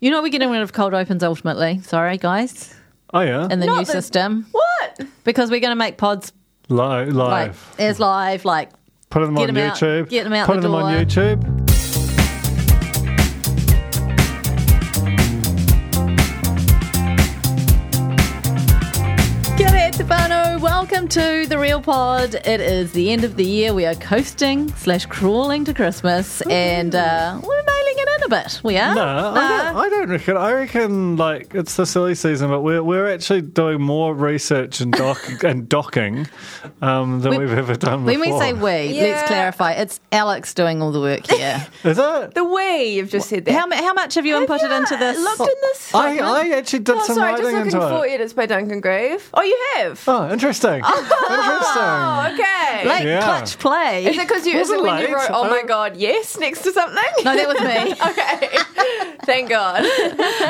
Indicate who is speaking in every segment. Speaker 1: You know, we're getting rid of cold opens ultimately. Sorry, guys,
Speaker 2: Oh yeah,
Speaker 1: in the
Speaker 3: Not
Speaker 1: new
Speaker 3: the-
Speaker 1: system
Speaker 3: What?
Speaker 1: because we're going to make pods
Speaker 2: Li- live.
Speaker 1: like as live, like
Speaker 2: Put them
Speaker 1: Get
Speaker 2: on
Speaker 1: 'em out-
Speaker 2: YouTube.
Speaker 1: get 'em out
Speaker 2: Put
Speaker 1: the
Speaker 2: them on
Speaker 1: door.
Speaker 2: YouTube.
Speaker 1: G'day, Tebano. Welcome to The Real Pod. It is the end of the year. We are coasting slash crawling to Christmas and uh, we're mailing it in a bit. We are.
Speaker 2: No, I, don't, I don't reckon. I reckon like it's the silly season, but we're we're actually doing more research and doc and docking um, than
Speaker 1: When-
Speaker 2: we've ever done
Speaker 1: When
Speaker 2: before.
Speaker 1: we say we, let's
Speaker 3: Yeah.
Speaker 1: clarify. It's Alex doing all the work here.
Speaker 2: is it?
Speaker 3: The way you've just said that.
Speaker 1: how, mu- how much have you inputted
Speaker 3: Yeah,
Speaker 1: into this?
Speaker 3: Looked in this.
Speaker 2: I, I actually did
Speaker 3: oh,
Speaker 2: some
Speaker 3: sorry,
Speaker 2: writing
Speaker 3: just looking
Speaker 2: into
Speaker 3: for
Speaker 2: it.
Speaker 3: edits by Duncan Grave. Oh, you have.
Speaker 2: Oh, interesting. interesting.
Speaker 3: Okay.
Speaker 1: Late
Speaker 2: Yeah.
Speaker 1: clutch play.
Speaker 3: is it because you? Is
Speaker 2: Was
Speaker 3: it
Speaker 2: it
Speaker 3: when
Speaker 2: late?
Speaker 3: you wrote? Oh
Speaker 2: I
Speaker 3: my
Speaker 2: don't-
Speaker 3: God, yes, next to something.
Speaker 1: no, that was me.
Speaker 3: okay. Thank God.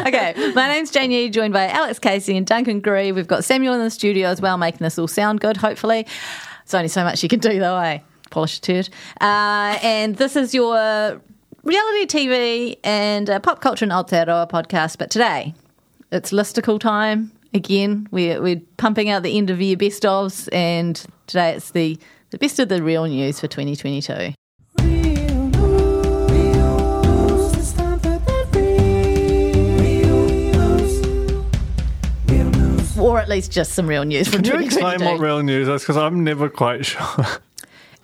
Speaker 1: okay, my name's Jane Yee, joined by Alex Casey and Duncan Gree. We've got Samuel in the studio as well, making this all sound good, hopefully. There's only so much you can do, though, eh? Polish a turd. Uh, and this is your reality TV and uh, pop culture and Aotearoa podcast. But today, it's listicle time again. We're, we're pumping out the end of year best ofs, and today it's the, the best of the real news for 2022. Or at least just some real news from
Speaker 2: Can you
Speaker 1: 2022.
Speaker 2: explain what real news is? Because I'm never quite sure.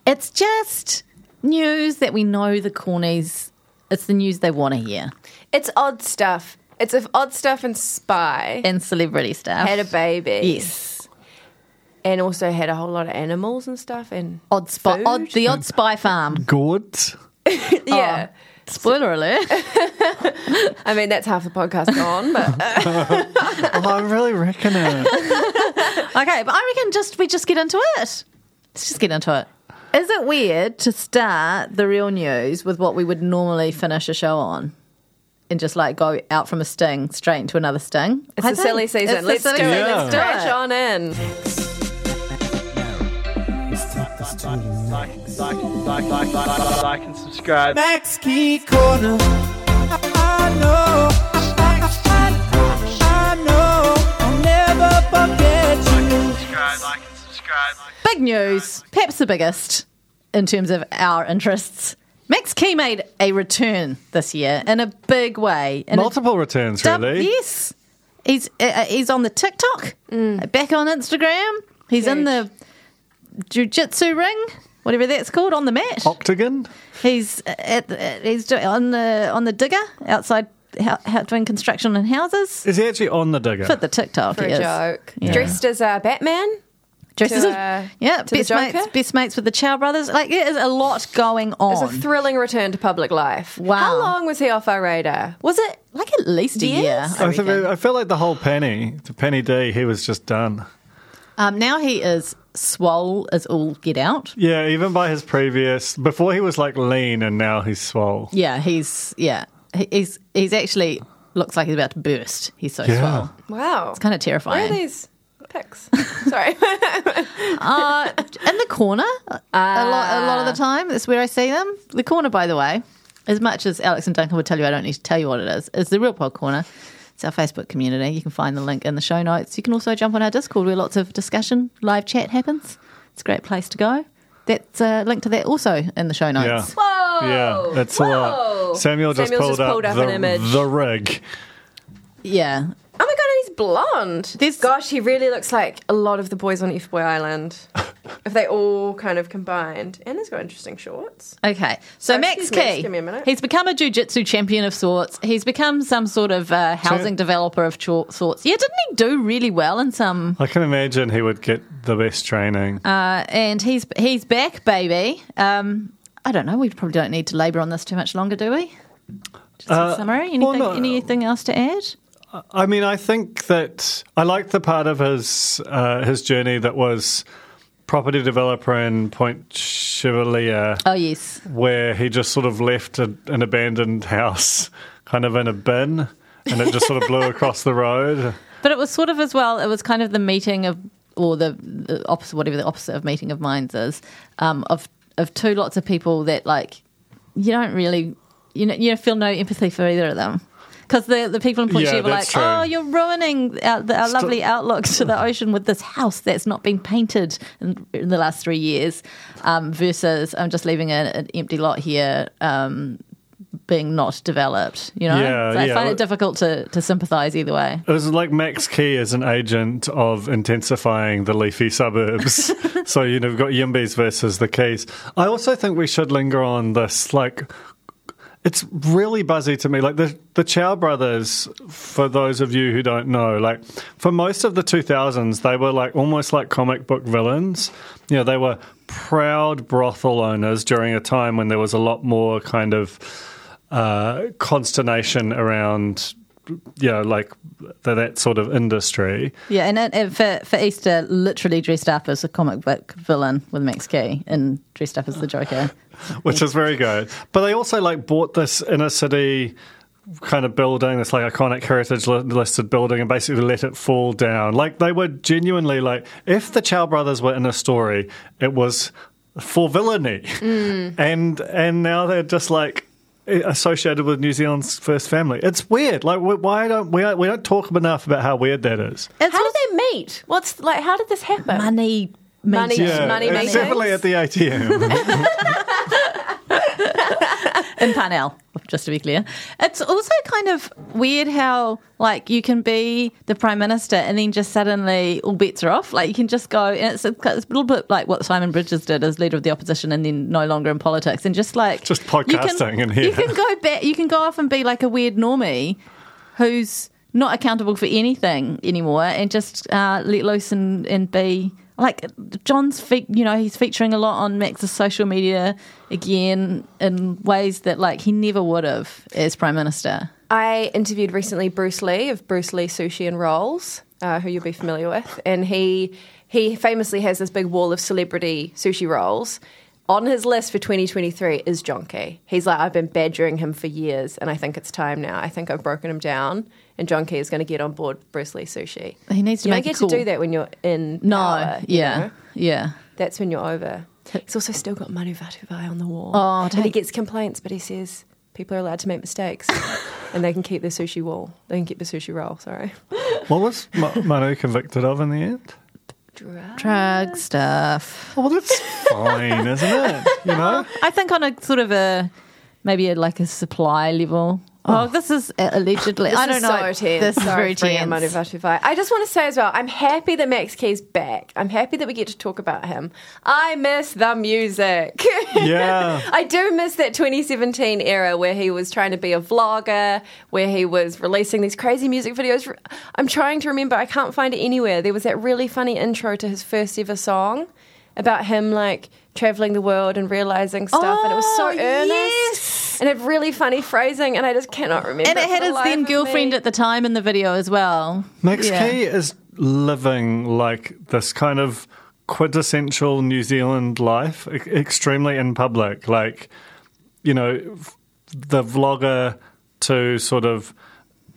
Speaker 1: It's just news that we know the Cornies. It's the news they want to hear
Speaker 3: It's odd stuff. It's if odd stuff and spy
Speaker 1: and celebrity stuff.
Speaker 3: had a baby.
Speaker 1: Yes,
Speaker 3: And also had a whole lot of animals and stuff. And
Speaker 1: odd spy,
Speaker 3: Food?
Speaker 1: odd the odd spy farm.
Speaker 2: Gourds.
Speaker 3: yeah,
Speaker 1: Spoiler alert!
Speaker 3: oh. I mean that's half the podcast gone. But uh,
Speaker 2: Oh, I really reckon it.
Speaker 1: okay, but I reckon just we just get into it. Let's just get into it. Is it weird to start the real news with what we would normally finish a show on? And just like go out from a sting straight into another sting.
Speaker 3: it's
Speaker 1: I
Speaker 3: a silly
Speaker 1: think
Speaker 3: season.
Speaker 1: it's the
Speaker 3: Let's
Speaker 1: silly
Speaker 3: do it.
Speaker 1: season.
Speaker 2: Yeah.
Speaker 3: Let's
Speaker 1: Let's
Speaker 3: stretch
Speaker 1: do it.
Speaker 3: on in.
Speaker 4: Like and subscribe.
Speaker 5: Max Key Corner. I, I know. I, I- I know. I'll never forget you.
Speaker 4: Subscribe, like and subscribe.
Speaker 1: Big news, perhaps the biggest in terms of our interests. Max Key made a return this year in a big way. In a
Speaker 2: Multiple returns,
Speaker 1: dub-
Speaker 2: really.
Speaker 1: Yes. He's, uh, uh, he's on the TikTok,
Speaker 3: Mm.
Speaker 1: uh, back on Instagram. He's in the jiu-jitsu ring, whatever that's called, on the mat.
Speaker 2: Oh. Octagon.
Speaker 1: He's uh, at, at he's doing on the on the digger outside how, how, doing construction in houses.
Speaker 2: Is he actually on the digger?
Speaker 1: But the TikTok
Speaker 3: For
Speaker 1: he
Speaker 3: a
Speaker 1: is.
Speaker 3: joke. Dressed as uh, Batman.
Speaker 1: Dresses
Speaker 3: To,
Speaker 1: as-
Speaker 3: uh,
Speaker 1: yeah,
Speaker 3: to the
Speaker 1: best mates,
Speaker 3: Joker?
Speaker 1: best mates with the Chow brothers. Like there is a lot going
Speaker 3: It's
Speaker 1: on.
Speaker 3: a thrilling return to public life.
Speaker 1: Wow.
Speaker 3: How long was he off our radar?
Speaker 1: Was it like at least a
Speaker 3: Years?
Speaker 1: year? I
Speaker 2: I, think-
Speaker 1: reckon.
Speaker 2: I feel like the whole Penny, the Penny D, he was just done.
Speaker 1: Um, now he is swole as all get out.
Speaker 2: Yeah, even by his previous, before he was like lean and now he's swole.
Speaker 1: Yeah, he's yeah he- he's he's actually looks like he's about to burst. He's so
Speaker 2: Yeah.
Speaker 1: swole.
Speaker 3: Wow. It's
Speaker 1: Kind of
Speaker 3: Where
Speaker 1: terrifying.
Speaker 3: are these pics? Sorry.
Speaker 1: Uh, in the corner a lot a lot of the time. That's where I see them. The corner, by the way, as much as Alex and Duncan would tell you, I don't need to tell you what it is. It's the Real Pod Corner. It's our Facebook community. You can find the link in the show notes. You can also jump on our Discord where lots of discussion, live chat happens. It's a great uh, place to go. That's a link to that also in the show notes.
Speaker 2: Yeah. Yeah, that's a lot. Samuel just
Speaker 3: Samuel's
Speaker 2: pulled up, the,
Speaker 3: an image.
Speaker 2: the rig.
Speaker 1: Yeah.
Speaker 3: Oh my god, and he's blonde.
Speaker 1: There's-
Speaker 3: Gosh, he really looks like a lot of the boys on F Boy Island. if they all kind of combined. And he's got interesting shorts.
Speaker 1: Okay. So
Speaker 3: Sorry,
Speaker 1: Max
Speaker 3: excuse me,
Speaker 1: Key,
Speaker 3: just give me a minute.
Speaker 1: he's become a jiu-jitsu champion of sorts. He's become some sort of uh, housing developer of cho- sorts. Yeah, didn't he do really well in some?
Speaker 2: I can imagine he would get the best training.
Speaker 1: Uh, and he's he's back, baby. Um, I don't know. We probably don't need to labour on this too much longer, do we? Just a summary. Anything,
Speaker 2: Uh, well, no.
Speaker 1: anything else to add?
Speaker 2: I mean, I think that I liked the part of his uh, his journey that was property developer in Point Chevalier,
Speaker 1: Oh yes.
Speaker 2: where he just sort of left a, an abandoned house, kind of in a bin, and it just sort of blew across the road.
Speaker 1: But it was sort of as well. It was kind of the meeting of, or the, the opposite, whatever the opposite of meeting of minds is, um, of of two lots of people that like you don't really, you know, you don't feel no empathy for either of them. Because the, the people in Point
Speaker 2: Yeah,
Speaker 1: Sheba were like,
Speaker 2: that's true.
Speaker 1: oh, you're ruining our, the, our
Speaker 2: Still-
Speaker 1: lovely outlooks to the ocean with this house that's not been painted in, in the last three years, um, versus I'm just leaving a, an empty lot here um, being not developed. You know,
Speaker 2: Yeah,
Speaker 1: so I
Speaker 2: yeah,
Speaker 1: find
Speaker 2: look-
Speaker 1: it difficult to, to sympathise either way.
Speaker 2: It was like Max Key is an agent of intensifying the leafy suburbs. so, you know, we've got Yimbys versus the Keys. I also think we should linger on this. Like, it's really buzzy to me. Like, the, the Chow brothers, for those of you who don't know, like, for most of the 2000s, they were like almost like comic book villains. You know, they were proud brothel owners during a time when there was a lot more kind of uh, consternation around you know, like th- that sort of industry.
Speaker 1: Yeah, and, uh, and for, for Easter, literally dressed up as a comic book villain with Max Key and dressed up as the Joker.
Speaker 2: which is very good. But they also like bought this inner city kind of building, this like iconic heritage li- listed building, and basically let it fall down. Like they were genuinely like, if the Chow brothers were in a story, it was for villainy, and and now they're just like. i- Associated with New Zealand's first family, it's weird. Like, wh- why don't we? We don't talk enough about how weird that is.
Speaker 1: It's
Speaker 3: How
Speaker 1: all
Speaker 3: did they meet? What's like how did this happen?
Speaker 1: money, money,
Speaker 3: Yeah. Money
Speaker 2: it's
Speaker 3: makers.
Speaker 2: definitely at the ATM.
Speaker 1: in Parnell, just to be clear. It's also kind of weird how like you can be the prime minister and then just suddenly all bets are off. Like you can just go and it's a, it's a little bit like what Simon Bridges did as leader of the opposition and then no longer in politics and just like
Speaker 2: Just
Speaker 1: you
Speaker 2: podcasting
Speaker 1: can,
Speaker 2: in here.
Speaker 1: You can go back. You can go off and be like a weird normie who's not accountable for anything anymore and just uh, let loose and, and be like John's fe- you know he's featuring a lot on Max's social media again in ways that like he never would have as prime minister.
Speaker 3: I interviewed recently Bruce Lee of Bruce Lee Sushi and Rolls, uh, who you'll be familiar with, and he he famously has this big wall of celebrity sushi rolls. On his list for 2023 is John Key. He's like, I've been badgering him for years, and I think it's time now. I think I've broken him down, and John Key is going to get on board Bruce Lee Sushi.
Speaker 1: He needs to
Speaker 3: you
Speaker 1: make a
Speaker 3: don't get
Speaker 1: call.
Speaker 3: to do that when you're in.
Speaker 1: No,
Speaker 3: power, you
Speaker 1: yeah,
Speaker 3: know?
Speaker 1: yeah.
Speaker 3: That's when you're over. He's also still got Manu Vatuvai on the wall.
Speaker 1: Oh,
Speaker 3: and he
Speaker 1: don't-
Speaker 3: gets complaints, but he says people are allowed to make mistakes, and they can keep their sushi wall. They can keep the sushi roll. Sorry.
Speaker 2: What was Ma- Manu convicted of in the end?
Speaker 1: Drug stuff.
Speaker 2: Well, that's fine, isn't it? You know,
Speaker 1: I think on a sort of a maybe a, like a supply level. Oh, this is uh, allegedly. I don't
Speaker 3: is
Speaker 1: know.
Speaker 3: So tense.
Speaker 1: This is
Speaker 3: Sorry
Speaker 1: very
Speaker 3: for your
Speaker 1: tense.
Speaker 3: Manu Vatuvai. I just want to say as well, I'm happy that Max Key's back. I'm happy that we get to talk about him. I miss the music.
Speaker 2: yeah.
Speaker 3: I do miss that 2017 era where he was trying to be a vlogger, where he was releasing these crazy music videos. I'm trying to remember, I can't find it anywhere. There was that really funny intro to his first ever song about him like traveling the world and realizing stuff, and it was so
Speaker 1: Oh,
Speaker 3: earnest
Speaker 1: yes.
Speaker 3: and had really funny phrasing, and I just cannot remember.
Speaker 1: And it
Speaker 3: for
Speaker 1: had
Speaker 3: the
Speaker 1: his
Speaker 3: life
Speaker 1: then
Speaker 3: of
Speaker 1: girlfriend
Speaker 3: me.
Speaker 1: at the time in the video as well.
Speaker 2: Max
Speaker 1: Yeah.
Speaker 2: Key is living like this kind of quintessential New Zealand life, e- extremely in public. Like, you know, f- the vlogger to sort of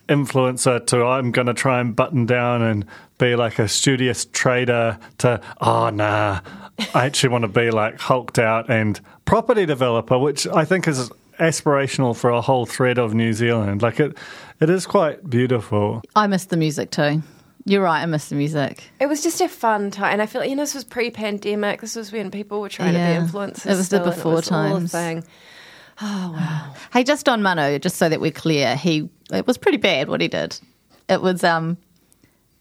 Speaker 2: influencer to I'm going to try and button down and be like a studious trader to oh nah I actually want to be like hulked out and property developer which I think is aspirational for a whole thread of New Zealand like it it is quite beautiful
Speaker 1: I miss the music too. You're right, I miss the music.
Speaker 3: It was just a fun time, and I feel like, you know this was pre-pandemic. This was when people were trying
Speaker 1: Yeah.
Speaker 3: to be influencers.
Speaker 1: It was the
Speaker 3: still, and
Speaker 1: before
Speaker 3: it was all a
Speaker 1: times.
Speaker 3: thing.
Speaker 1: Hey, just on Mano, just so that we're clear, he it was pretty bad what he did. It was um,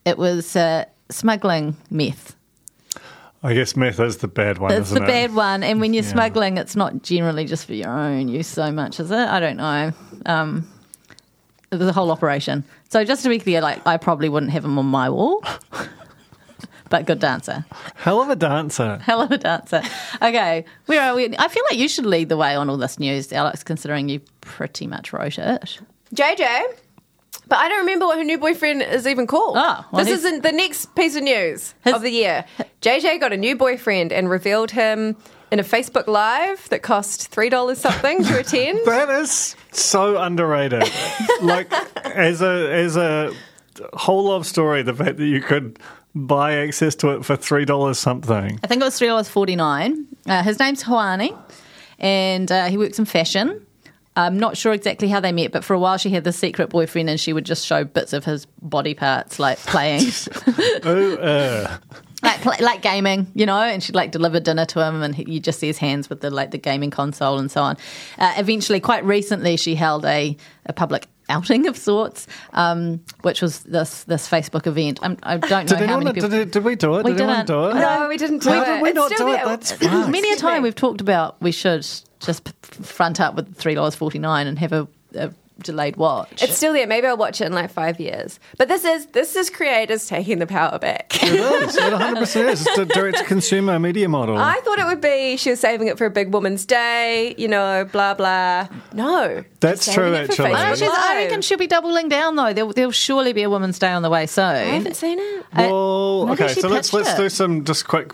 Speaker 1: it was uh, smuggling meth.
Speaker 2: I guess meth is the bad one,
Speaker 1: It's
Speaker 2: isn't
Speaker 1: the
Speaker 2: it?
Speaker 1: bad one, and when you're
Speaker 2: Yeah.
Speaker 1: smuggling, it's not generally just for your own use so much, is it? I don't know. Um, it was a whole operation. So just to be clear, like I probably wouldn't have him on my wall, but good dancer,
Speaker 2: Hell of a dancer.
Speaker 1: hell of a dancer. Okay, where are we? I feel like you should lead the way on all this news, Alex, considering you pretty much wrote it.
Speaker 3: JJ, but I don't remember what her new boyfriend is even called.
Speaker 1: Ah, well,
Speaker 3: this
Speaker 1: he's-
Speaker 3: isn't the next piece of news
Speaker 1: His-
Speaker 3: of the year. JJ got a new boyfriend and revealed him in a Facebook Live that cost three dollars something to attend.
Speaker 2: That is so underrated. like as a as a whole love story, the fact that you could buy access to it for three dollars something.
Speaker 1: I think it was three dollars forty nine. Uh, his name's Hawani, and uh, he works in fashion. I'm not sure exactly how they met, but for a while she had this secret boyfriend, and she would just show bits of his body parts, like playing,
Speaker 2: Ooh, uh,
Speaker 1: like pl- like gaming, you know. And she'd like deliver dinner to him, and he, you just see his hands with the like the gaming console and so on. Uh, eventually, quite recently, she held a, a public outing of sorts, um, which was this this Facebook event. I'm, I don't know
Speaker 2: did
Speaker 1: how
Speaker 2: anyone?
Speaker 1: many people.
Speaker 2: Did, it- did we do it?
Speaker 1: We
Speaker 2: did anyone
Speaker 1: didn't.
Speaker 2: do it?
Speaker 3: No, we didn't do
Speaker 2: How
Speaker 3: it.
Speaker 2: did we
Speaker 3: It's
Speaker 2: not
Speaker 3: still
Speaker 2: do it?
Speaker 3: there.
Speaker 2: That's fast.
Speaker 1: Many a
Speaker 3: Excuse
Speaker 1: time
Speaker 3: me.
Speaker 1: we've talked about we should just p- p- front up with three dollars forty nine and have a, a delayed watch.
Speaker 3: It's still there. Maybe I'll watch it in like five years. But this is this is creators taking the power back.
Speaker 2: It is. It 100 percent is. It's a direct consumer media model.
Speaker 3: I thought it would be she was saving it for a big woman's day, you know, blah blah. No,
Speaker 2: That's
Speaker 3: she's
Speaker 2: true,
Speaker 3: saving it for
Speaker 2: actually.
Speaker 3: Facebook
Speaker 1: I,
Speaker 2: Oh,
Speaker 1: she's- I
Speaker 3: Live.
Speaker 1: reckon she'll be doubling down though. There'll, there'll surely be a woman's day on the way soon.
Speaker 3: I haven't seen it.
Speaker 1: Uh,
Speaker 2: well,
Speaker 1: maybe
Speaker 2: okay.
Speaker 1: she
Speaker 2: So let's
Speaker 1: pitched
Speaker 2: let's
Speaker 1: it.
Speaker 2: do some just quick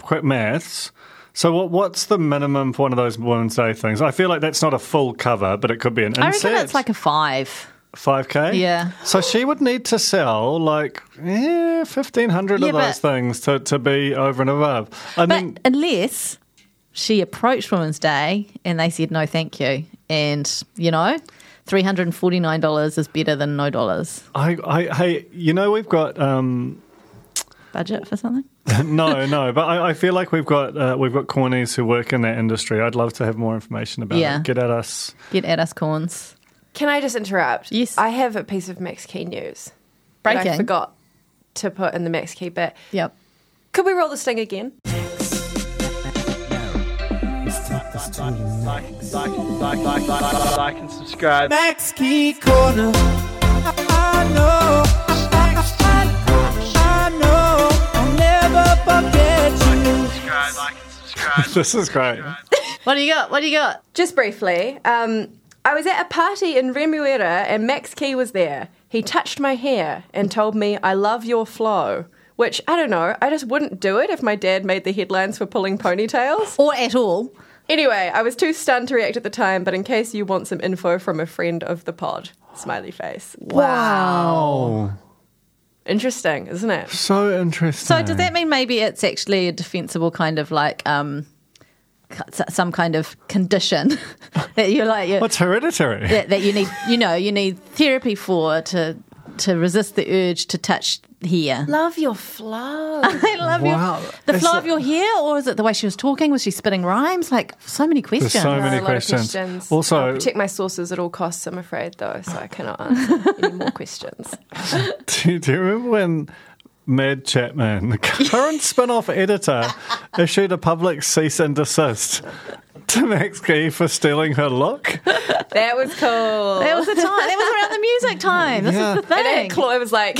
Speaker 2: quick maths. So what what's the minimum for one of those Women's Day things? I feel like that's not a full cover, but it could be an
Speaker 1: I
Speaker 2: insert.
Speaker 1: reckon it's like a five.
Speaker 2: five k.
Speaker 1: Yeah.
Speaker 2: So she would need to sell like yeah, fifteen hundred
Speaker 1: Yeah,
Speaker 2: of those
Speaker 1: but-
Speaker 2: things to, to be over and above. I
Speaker 1: But
Speaker 2: mean,
Speaker 1: unless she approached Women's Day and they said no, thank you, and you know, three hundred and forty nine dollars is better than no dollars
Speaker 2: I, I hey, you know we've got um,
Speaker 1: budget for something.
Speaker 2: no, no, but I, I feel like we've got uh, we've got cornies who work in that industry. I'd love to have more information about
Speaker 1: Yeah.
Speaker 2: it. Get at us.
Speaker 1: Get at us, corns.
Speaker 3: Can I just interrupt?
Speaker 1: Yes.
Speaker 3: I have a piece of Max Key news. That I
Speaker 1: Breaking.
Speaker 3: forgot to put in the Max Key bit.
Speaker 1: Yep.
Speaker 3: Could we roll this thing again?
Speaker 4: like, like, like, like, like, like and subscribe.
Speaker 5: Max Key Corner. I, I know, I, I, I know, I'll never forget you.
Speaker 4: Subscribe, like and subscribe.
Speaker 2: This is great.
Speaker 1: What do you got? What do you got?
Speaker 3: Just briefly. Um, I was at a party in Remuera and Max Key was there. He touched my hair and told me, I love your flow. Which, I don't know, I just wouldn't do it if my dad made the headlines for pulling ponytails.
Speaker 1: Or at all?
Speaker 3: Anyway, I was too stunned to react at the time, but in case you want some info from a friend of the pod, smiley face.
Speaker 2: Wow.
Speaker 3: Interesting, isn't it?
Speaker 2: So interesting.
Speaker 1: So does that mean maybe it's actually a defensible kind of like um, c- s- some kind of condition that you're like you
Speaker 2: What's hereditary?
Speaker 1: that, that you need you know you need therapy for to to resist the urge to touch hair.
Speaker 3: Love your flow.
Speaker 1: I love
Speaker 2: Wow.
Speaker 1: your, the
Speaker 2: It's
Speaker 1: flow
Speaker 2: a-
Speaker 1: of your hair, or is it the way she was talking? Was she spitting rhymes? Like so many questions.
Speaker 2: There's so
Speaker 3: There are
Speaker 2: many
Speaker 3: a lot of
Speaker 2: questions. Also,
Speaker 3: I'll protect my sources at all costs, I'm afraid, though, so I cannot answer any more questions.
Speaker 2: do, you- do you remember when Mad Chapman, the current spin off editor, issued a public cease and desist to Max Key for stealing her look?
Speaker 3: That was cool.
Speaker 1: That was the time. That was around the music time. This
Speaker 2: Yeah.
Speaker 1: is the thing.
Speaker 3: And then Chloe was like,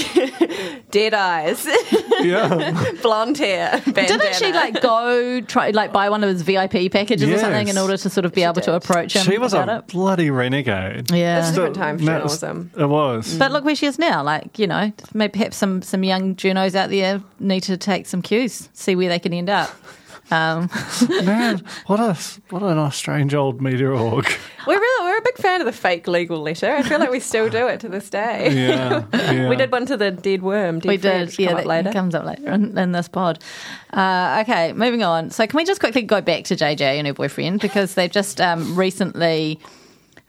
Speaker 3: dead eyes,
Speaker 2: Yeah.
Speaker 3: blonde hair, bandana.
Speaker 1: Didn't she like go try like buy one of his VIP packages or
Speaker 2: Yes.
Speaker 1: something in order to sort of be able to
Speaker 3: did.
Speaker 1: approach him?
Speaker 2: she was
Speaker 1: about
Speaker 2: a
Speaker 1: it?
Speaker 2: bloody renegade.
Speaker 1: Yeah.
Speaker 3: It's Different time for
Speaker 2: No,
Speaker 3: journalism.
Speaker 2: It was.
Speaker 1: But look where she is now. Like, you know, maybe perhaps some, some young journos out there need to take some cues, see where they can end up. Um,
Speaker 3: Mm.
Speaker 2: Man, what a what a nice strange old media org.
Speaker 3: We're, really, we're a big fan of the fake legal letter. I feel like we still do it to this day.
Speaker 2: Yeah,
Speaker 3: We did one to the dead worm. Dead
Speaker 1: we
Speaker 3: Fred,
Speaker 1: did.
Speaker 3: come
Speaker 1: Yeah,
Speaker 3: up
Speaker 1: that
Speaker 3: later.
Speaker 1: comes up later in, in this pod. Uh, okay, moving on. So, can we just quickly go back to JJ and her boyfriend because they've just um, recently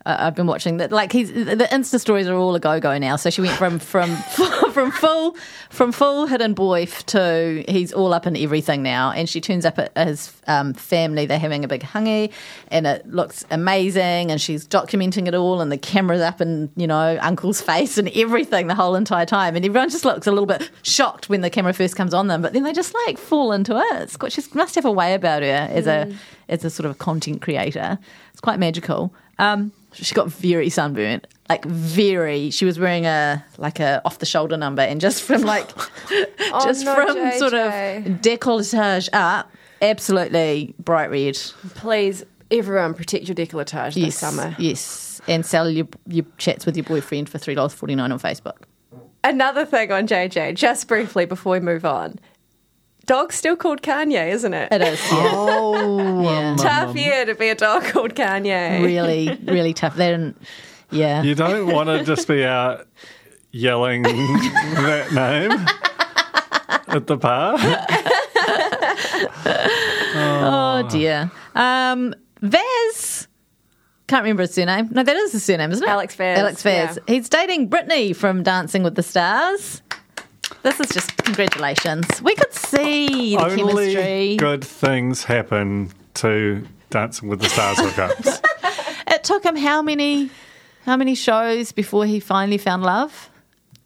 Speaker 1: uh, I've been watching that. Like he's the Insta stories are all a go go now. So she went from from from full from full hidden boy f- to he's all up in everything now. And she turns up at his um, family. They're having a big hungy, and it looks amazing. And she's documenting it all, and the camera's up in you know Uncle's face and everything the whole entire time. And everyone just looks a little bit shocked when the camera first comes on them, but then they just like fall into it. It's got, she must have a way about her as a as a sort of content creator. It's quite magical. Um, she got very sunburnt, like very. She was wearing a like a off the shoulder number, and just from like just
Speaker 3: Oh, no,
Speaker 1: from sort of
Speaker 3: JJ.
Speaker 1: décolletage up, absolutely bright red.
Speaker 3: Please, everyone, protect your décolletage this
Speaker 1: Yes,
Speaker 3: summer.
Speaker 1: yes, and sell your your chats with your boyfriend for three dollars forty nine on Facebook.
Speaker 3: Another thing on JJ, just briefly before we move on. Dog's still called Kanye, isn't it?
Speaker 1: It is yeah,
Speaker 2: Oh,
Speaker 1: Yeah.
Speaker 3: Tough year to be a dog called Kanye.
Speaker 1: really really tough. They didn't. Yeah,
Speaker 2: you don't want to just be out yelling that name at the park.
Speaker 1: Oh dear. Um, Vaz. Can't remember his surname. No, that is his surname, isn't it?
Speaker 3: Alex Vaz,
Speaker 1: Alex Vaz.
Speaker 3: yeah.
Speaker 1: He's dating Brittany from Dancing with the Stars. This is just congratulations. We could see the
Speaker 2: Only
Speaker 1: chemistry.
Speaker 2: good things happen to Dancing with the Stars hookups.
Speaker 1: It took him how many, how many shows before he finally found love?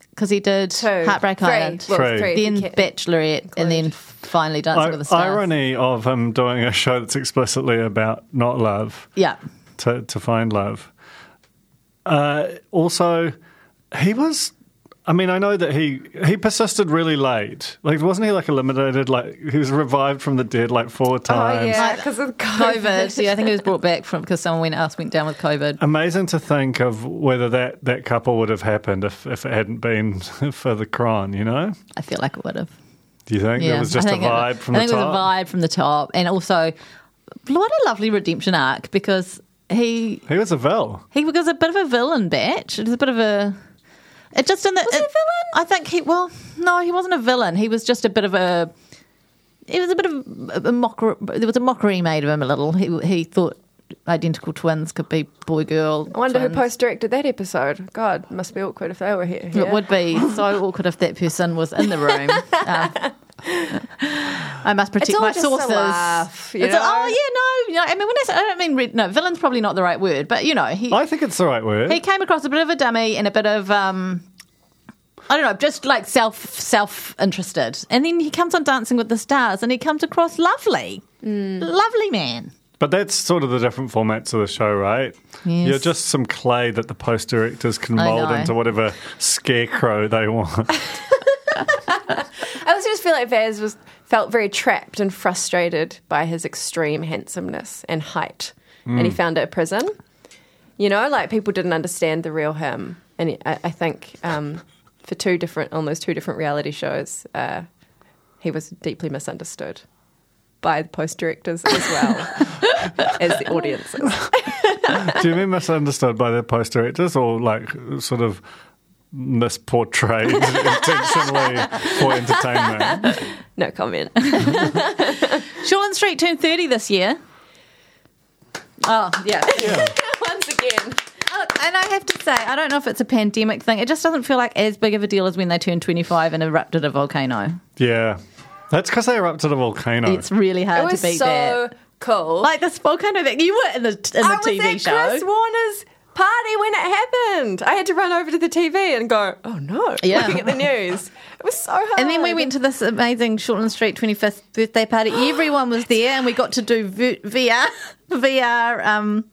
Speaker 1: Because he did
Speaker 3: Two.
Speaker 1: Heartbreak
Speaker 3: Three.
Speaker 1: Island,
Speaker 3: Well,
Speaker 2: Three.
Speaker 3: three. if you
Speaker 1: then
Speaker 3: ca-
Speaker 1: Bachelorette, and then finally Dancing with the Stars.
Speaker 2: irony of him doing a show that's explicitly about not love
Speaker 1: Yeah.
Speaker 2: to, to find love. Uh, also, he was. I mean, I know that he he persisted really late. Like, wasn't he like eliminated? Like, he was revived from the dead like four times.
Speaker 3: Oh, yeah, because of COVID.
Speaker 1: COVID. yeah, I think it was brought back from because someone went, else went down with COVID.
Speaker 2: Amazing to think of whether that, that couple would have happened if, if it hadn't been for the Kron, you know?
Speaker 1: I feel like it would have.
Speaker 2: Do you think it was just
Speaker 1: I
Speaker 2: a
Speaker 1: think it-
Speaker 2: vibe from
Speaker 1: I
Speaker 2: the
Speaker 1: think it was a
Speaker 2: top?
Speaker 1: vibe from the top, and also what a lovely redemption arc because he
Speaker 2: He was a Vel.
Speaker 1: he was a bit of a villain batch. It was a bit of a it just in the
Speaker 3: he a
Speaker 1: it- I think he well no he wasn't a villain. He was just a bit of a it was a bit of a mockery. There was a mockery made of him a little. He he thought identical twins could be boy girl.
Speaker 3: I wonder
Speaker 1: twins.
Speaker 3: who post directed that episode. God, must be awkward if they were here.
Speaker 1: It would be so awkward if that person was in the room. Um, I must protect
Speaker 3: all
Speaker 1: my
Speaker 3: just a
Speaker 1: sources.
Speaker 3: laugh, you
Speaker 1: It's a-
Speaker 3: know?
Speaker 1: oh yeah, no, you know, I mean, when I say, I don't mean red, no, villain's probably not the right word, but you know, he
Speaker 2: I think it's the right word.
Speaker 1: he came across a bit of a dummy and a bit of um, I don't know, just like self self interested, and then he comes on Dancing with the Stars, and he comes across lovely,
Speaker 3: Mm.
Speaker 1: lovely man.
Speaker 2: But that's sort of the different formats of the show, right?
Speaker 1: Yes.
Speaker 2: You're just some clay that the post directors can
Speaker 1: I
Speaker 2: mold
Speaker 1: know.
Speaker 2: into whatever scarecrow they want.
Speaker 3: I also just feel like Vaz was felt very trapped and frustrated by his extreme handsomeness and height, and he
Speaker 1: Hmm.
Speaker 3: found it a prison. You know, like people didn't understand the real him, and I, I think um, for two different on those two different reality shows, uh, he was deeply misunderstood by the post directors as well as the audiences.
Speaker 2: Do you mean misunderstood by the post directors or like sort of misportrayed intentionally for entertainment?
Speaker 3: No comment.
Speaker 1: Sean Street turned thirty this year. Oh yeah.
Speaker 3: Once again,
Speaker 1: And I have to say, I don't know if it's a pandemic thing. It just doesn't feel like as big of a deal as when they turned 25 and erupted a volcano.
Speaker 2: Yeah. That's because they erupted a volcano.
Speaker 1: It's really
Speaker 3: it
Speaker 1: hard to
Speaker 3: was
Speaker 1: beat
Speaker 3: so
Speaker 1: that.
Speaker 3: cool.
Speaker 1: Like this volcano that you were in the in the
Speaker 3: I
Speaker 1: TV
Speaker 3: was at
Speaker 1: show.
Speaker 3: Chris Warner's party when it happened. I had to run over to the TV and go, oh no,
Speaker 1: Yeah.
Speaker 3: looking at the news. It was so hard.
Speaker 1: and then we went to this amazing Shortland Street 25th birthday party. Everyone was there, and we got to do v- VR. VR. Um,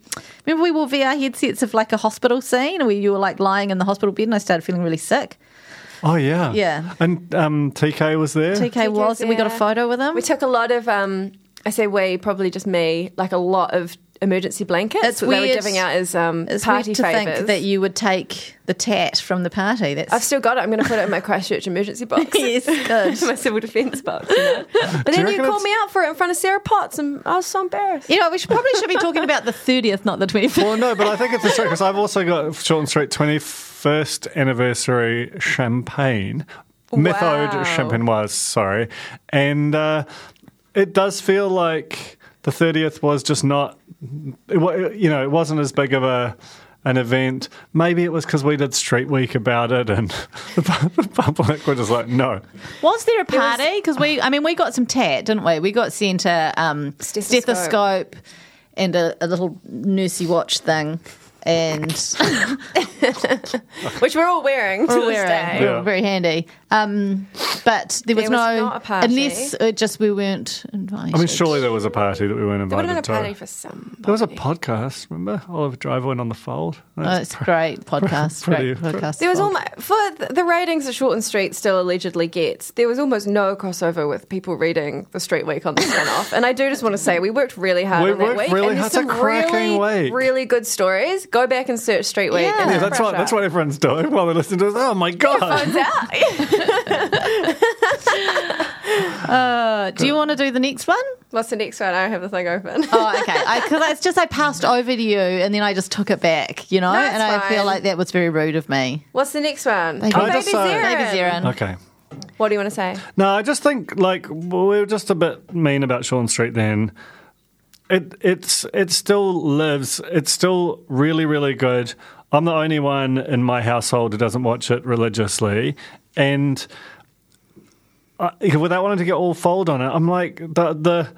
Speaker 1: remember, we wore VR headsets of like a hospital scene where you were like lying in the hospital bed, and I started feeling really sick.
Speaker 2: oh, yeah.
Speaker 1: Yeah.
Speaker 2: And um, TK was there?
Speaker 1: TK was, and we got a
Speaker 3: Oh, yeah.
Speaker 1: photo with him.
Speaker 3: We took a lot of, um, I say we, probably just me, like a lot of emergency blankets
Speaker 1: It's
Speaker 3: that they
Speaker 1: weird.
Speaker 3: were giving out as um,
Speaker 1: it's
Speaker 3: party
Speaker 1: weird to
Speaker 3: favours.
Speaker 1: think that you would take the tat from the party. That's
Speaker 3: I've still got it. I'm going to put it in my Christchurch emergency box.
Speaker 1: Yes, good.
Speaker 3: my civil defence box. you know. But
Speaker 2: you
Speaker 3: then you,
Speaker 2: reckon
Speaker 3: called
Speaker 2: it's-
Speaker 3: me out for it in front of Sarah Potts, and I was so embarrassed.
Speaker 1: You know, we should, probably should be talking about the 30th, not the 25th.
Speaker 2: Well, no, but I think it's a trick because I've also got Shorten Street 21st anniversary champagne, methode
Speaker 3: Wow.
Speaker 2: champagne was, sorry. And uh, it does feel like the 30th was just not, it, wa- you know, it wasn't as big of a an event. Maybe it was because we did Street Week about it, and the pu- the public were just like, no.
Speaker 1: Was there a party? Because we, I mean, we got some tat, didn't we? We got sent a um,
Speaker 3: Stethoscope.
Speaker 1: stethoscope. and a, a little nursey watch thing. And
Speaker 3: which we're all wearing to
Speaker 1: we're
Speaker 3: this
Speaker 1: wearing,
Speaker 3: day.
Speaker 1: we were
Speaker 2: Yeah.
Speaker 1: very handy. Um, but there was,
Speaker 3: There was
Speaker 1: no,
Speaker 3: not a party.
Speaker 1: unless it just we weren't invited.
Speaker 2: I mean, surely there was a party that we weren't
Speaker 3: There would
Speaker 2: invited
Speaker 3: have been a
Speaker 2: to.
Speaker 3: party for some.
Speaker 2: there was a podcast, remember? Oliver Driver went on the fold.
Speaker 1: Oh,
Speaker 3: Uh,
Speaker 1: it's great podcast.
Speaker 2: pretty-
Speaker 1: great podcast.
Speaker 3: There was
Speaker 1: Well,
Speaker 3: almost for th- the ratings that Shorten Street still allegedly gets. There was almost no crossover with people reading the Street Week on the spin-off. and I do just want to say we worked really hard
Speaker 2: We
Speaker 3: on that
Speaker 2: worked
Speaker 3: week.
Speaker 2: really
Speaker 3: and
Speaker 2: hard.
Speaker 3: there's
Speaker 2: It's a
Speaker 3: some
Speaker 2: cracking
Speaker 3: really,
Speaker 2: week.
Speaker 3: really good stories. Go back and search Street Week.
Speaker 1: Yeah.
Speaker 3: and
Speaker 1: Yeah,
Speaker 2: yeah,
Speaker 3: have a
Speaker 2: that's what
Speaker 3: brush
Speaker 2: that's
Speaker 3: up.
Speaker 2: what everyone's doing while they listen to us. Oh my god!
Speaker 3: Phones out.
Speaker 1: uh, do you want to do the next one?
Speaker 3: What's the next one? I don't have the thing open.
Speaker 1: Oh, okay. Because it's just I passed over to you, and then I just took it back. You know,
Speaker 3: That's
Speaker 1: and I feel
Speaker 3: fine.
Speaker 1: like that was very rude of me.
Speaker 3: What's the next one?
Speaker 1: Baby-
Speaker 3: oh,
Speaker 1: Can I
Speaker 3: baby
Speaker 2: just say-
Speaker 3: Zarin.
Speaker 1: Baby Zarin.
Speaker 2: okay.
Speaker 3: What do you want to say?
Speaker 2: No, I just think like we were just a bit mean about Sean Street then. It it's it still lives. It's still really really good. I'm the only one in my household who doesn't watch it religiously, and I, without wanting to get all fold on it, I'm like the the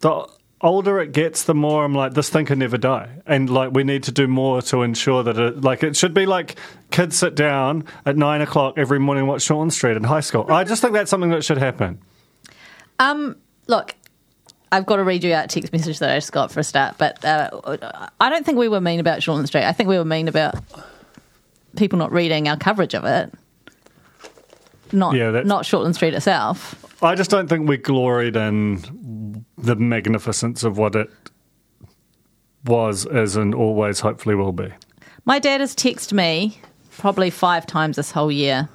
Speaker 2: the older it gets, the more I'm like this thing can never die, and like we need to do more to ensure that it like it should be like kids sit down at nine o'clock every morning and watch Sean Street in high school. I just think that's something that should happen.
Speaker 1: Um, look, I've got to read you out a text message that I just got for a start, but uh, I don't think we were mean about Shortland Street. I think we were mean about people not reading our coverage of it. Not
Speaker 2: Yeah, that's-
Speaker 1: not Shortland Street itself.
Speaker 2: I just don't think we gloried in the magnificence of what it was, is, and always hopefully will be.
Speaker 1: My dad has texted me probably five times this whole year.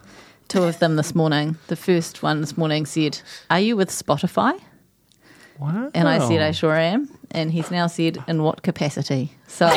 Speaker 1: Two of them this morning. The first one this morning said, "Are you with Spotify?"
Speaker 2: Wow.
Speaker 1: And I said,
Speaker 2: Oh.
Speaker 1: "I sure am." And he's now said, "In what capacity?" So.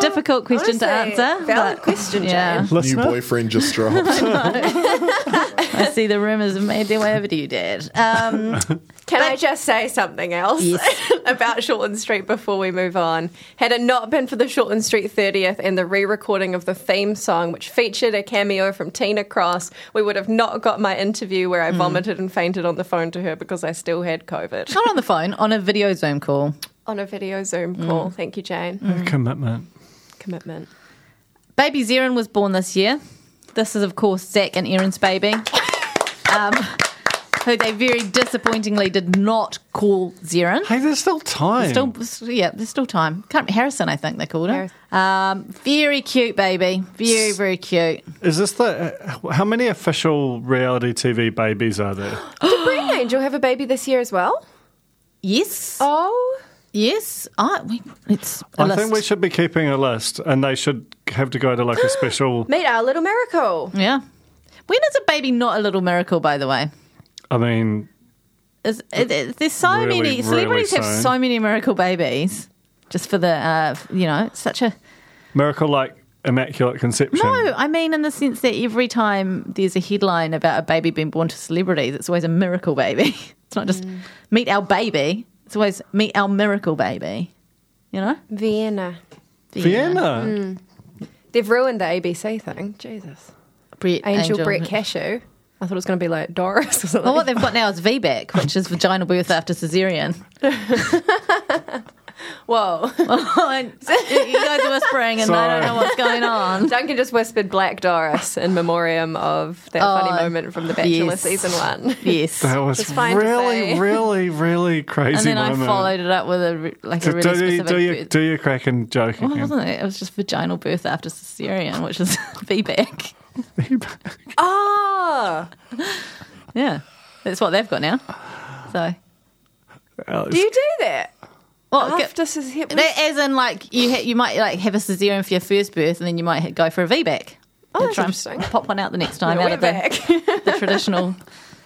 Speaker 1: Difficult question to
Speaker 3: Honestly,
Speaker 1: answer.
Speaker 3: valid
Speaker 1: but-
Speaker 3: question,
Speaker 1: Yeah.
Speaker 3: Jane.
Speaker 6: New
Speaker 2: Listener,
Speaker 6: boyfriend just dropped.
Speaker 1: I see the rumours have made their way over to you, Dad. Um,
Speaker 3: Can I just say something else about Shortland Street before we move on? Had it not been for the Shortland Street 30th and the re recording of the theme song, which featured a cameo from Tina Cross, we would have not got my interview where I vomited and fainted on the phone to her because I still had COVID.
Speaker 1: not on the phone, on a video Zoom call.
Speaker 3: on a video Zoom call. Thank you, Jane.
Speaker 2: commitment.
Speaker 3: Commitment.
Speaker 1: Baby Zerin was born this year. This is, of course, Zach and Erin's baby, um, who they very disappointingly did not call Zerin.
Speaker 2: Hey, there's still time.
Speaker 1: Still, yeah, there's still time. Can't, Harrison, I think they called her.
Speaker 3: Harris-
Speaker 1: Um, very cute baby. Very, very cute.
Speaker 2: Is this the uh, how many official reality TV babies are there?
Speaker 3: Did Brian Angel have a baby this year as well?
Speaker 1: Yes.
Speaker 3: Oh.
Speaker 1: Yes. I, we, it's a
Speaker 2: I
Speaker 1: list.
Speaker 2: think we should be keeping a list, and they should have to go to like a special.
Speaker 3: Meet our little miracle.
Speaker 1: Yeah. When is a baby not a little miracle, by the way?
Speaker 2: I mean,
Speaker 1: Is, it, it, there's so
Speaker 2: Really,
Speaker 1: many
Speaker 2: really
Speaker 1: celebrities have
Speaker 2: soon.
Speaker 1: so many miracle babies. Just for the, uh, you know, it's such a
Speaker 2: miracle like immaculate conception.
Speaker 1: no. I mean, in the sense that every time there's a headline about a baby being born to celebrities, it's always a miracle baby. It's not
Speaker 2: Mm.
Speaker 1: just meet our baby. It's always meet our miracle baby. You know, uh,
Speaker 3: Vienna.
Speaker 2: Vienna.
Speaker 3: They've ruined the ABC thing. Jesus.
Speaker 1: Brett,
Speaker 3: Angel, Brett Cashew. I thought it was going to be like Doris or something.
Speaker 1: Well, what they've got now is VBAC, which is vaginal birth after cesarean.
Speaker 3: Whoa.
Speaker 1: And you guys are whispering, and I
Speaker 2: Sorry.
Speaker 1: don't know what's going on.
Speaker 3: Duncan just whispered Black Doris in memoriam of that funny
Speaker 1: Oh,
Speaker 3: moment from The Bachelor
Speaker 1: yes.
Speaker 3: season one.
Speaker 1: Yes.
Speaker 2: That was
Speaker 3: It's fine to
Speaker 2: really,
Speaker 3: say.
Speaker 2: really, really crazy
Speaker 1: and then
Speaker 2: moment.
Speaker 1: I followed it up with a re- like a
Speaker 2: Do,
Speaker 1: really
Speaker 2: do you
Speaker 1: specific. Oh,
Speaker 2: do you
Speaker 1: birth-
Speaker 2: do you crack and joke
Speaker 1: well, it
Speaker 2: again?
Speaker 1: wasn't it? It was just vaginal birth after cesarean, which is VBAC.
Speaker 3: Ah,
Speaker 1: Yeah, that's what they've got now. So,
Speaker 2: Alex,
Speaker 3: do you do that?
Speaker 1: well, g-
Speaker 3: After this hit,
Speaker 1: that- as in like you ha- you might like have a cesarean for your first birth, and then you might ha- go for a VBAC.
Speaker 3: Oh,
Speaker 1: And
Speaker 3: that's
Speaker 1: try and
Speaker 3: interesting.
Speaker 1: Pop one out the next time
Speaker 3: No,
Speaker 1: out
Speaker 3: we're
Speaker 1: of the,
Speaker 3: back. It's
Speaker 1: the traditional.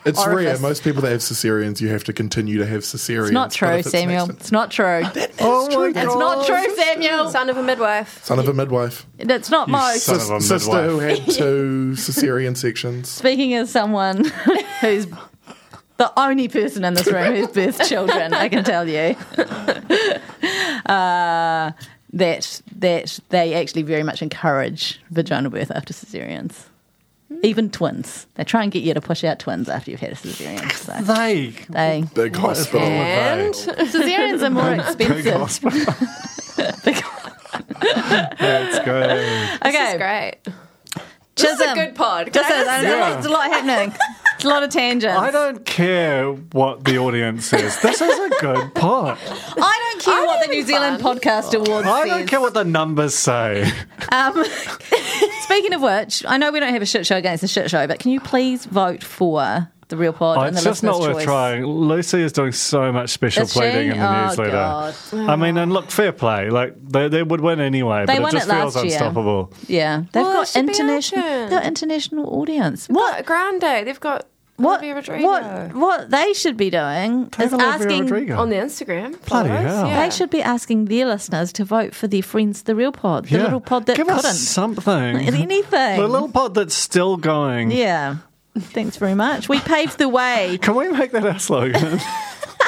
Speaker 6: It's rare.
Speaker 1: Orifice.
Speaker 6: Most people that have cesareans, you have to continue to have cesareans.
Speaker 1: It's not
Speaker 6: but
Speaker 1: true,
Speaker 6: if it's an
Speaker 1: Samuel.
Speaker 6: accident-
Speaker 1: It's not true.
Speaker 2: oh my
Speaker 1: It's not true, Samuel.
Speaker 3: Son of a midwife.
Speaker 6: Son of a midwife.
Speaker 1: That's not most.
Speaker 2: Oh, son of a
Speaker 6: Sis- sister
Speaker 2: midwife.
Speaker 6: who had two cesarean sections.
Speaker 1: Speaking as someone who's the only person in this room who's birthed children, I can tell you. Uh, that that they actually very much encourage vaginal birth after cesareans, even twins. They try and get you to push out twins after you've had a cesarean. So
Speaker 2: They.
Speaker 1: they
Speaker 6: Big hospital.
Speaker 2: wrong
Speaker 3: And
Speaker 1: cesareans are more
Speaker 2: Big
Speaker 1: expensive.
Speaker 2: hospital. That's good.
Speaker 1: Okay,
Speaker 3: this is great. This is a
Speaker 1: Chisholm.
Speaker 3: good pod. Can
Speaker 1: Just
Speaker 3: I
Speaker 1: as,
Speaker 3: just-
Speaker 1: there's a lot- there's a lot happening. It's a lot of tangents.
Speaker 2: I don't care what the audience says. This is a good pot.
Speaker 1: I don't care
Speaker 3: I'm
Speaker 1: what the
Speaker 3: having
Speaker 1: New Zealand
Speaker 3: fun.
Speaker 1: Podcast Awards
Speaker 2: I
Speaker 1: says.
Speaker 2: don't care what the numbers say.
Speaker 1: Um, speaking of which, I know we don't have a shit show against the shit show, but can you please vote for the Real Pod and the
Speaker 2: Oh, it's just not
Speaker 1: listener's
Speaker 2: worth
Speaker 1: choice?
Speaker 2: trying. Lucy is doing so much special
Speaker 1: Is she?
Speaker 2: pleading in the
Speaker 1: Oh,
Speaker 2: newsletter.
Speaker 1: God.
Speaker 2: I mean, and look, fair play. Like they, they would win anyway,
Speaker 1: They
Speaker 2: but
Speaker 1: won
Speaker 2: it just
Speaker 1: it
Speaker 2: feels
Speaker 1: last year.
Speaker 2: unstoppable.
Speaker 1: Yeah, they've
Speaker 3: Well, it
Speaker 1: got
Speaker 3: should be
Speaker 1: international.
Speaker 3: open.
Speaker 1: They've got international audience.
Speaker 3: What
Speaker 1: What?
Speaker 3: Grande? They've got
Speaker 1: What?
Speaker 3: Olivia
Speaker 1: What?
Speaker 3: Rodrigo
Speaker 1: What, they should be doing
Speaker 2: They
Speaker 1: is
Speaker 2: have Olivia
Speaker 1: asking.
Speaker 2: Rodrigo.
Speaker 3: on the Instagram.
Speaker 2: Bloody
Speaker 3: followers,
Speaker 2: hell.
Speaker 3: yeah.
Speaker 1: They should be asking their listeners to vote for their friends, the Real Pod, the
Speaker 2: Yeah.
Speaker 1: little pod that
Speaker 2: Give
Speaker 1: couldn't.
Speaker 2: us something.
Speaker 1: Anything.
Speaker 2: The little pod that's still going.
Speaker 1: yeah. Thanks very much. We paved the way.
Speaker 2: Can we make that our slogan?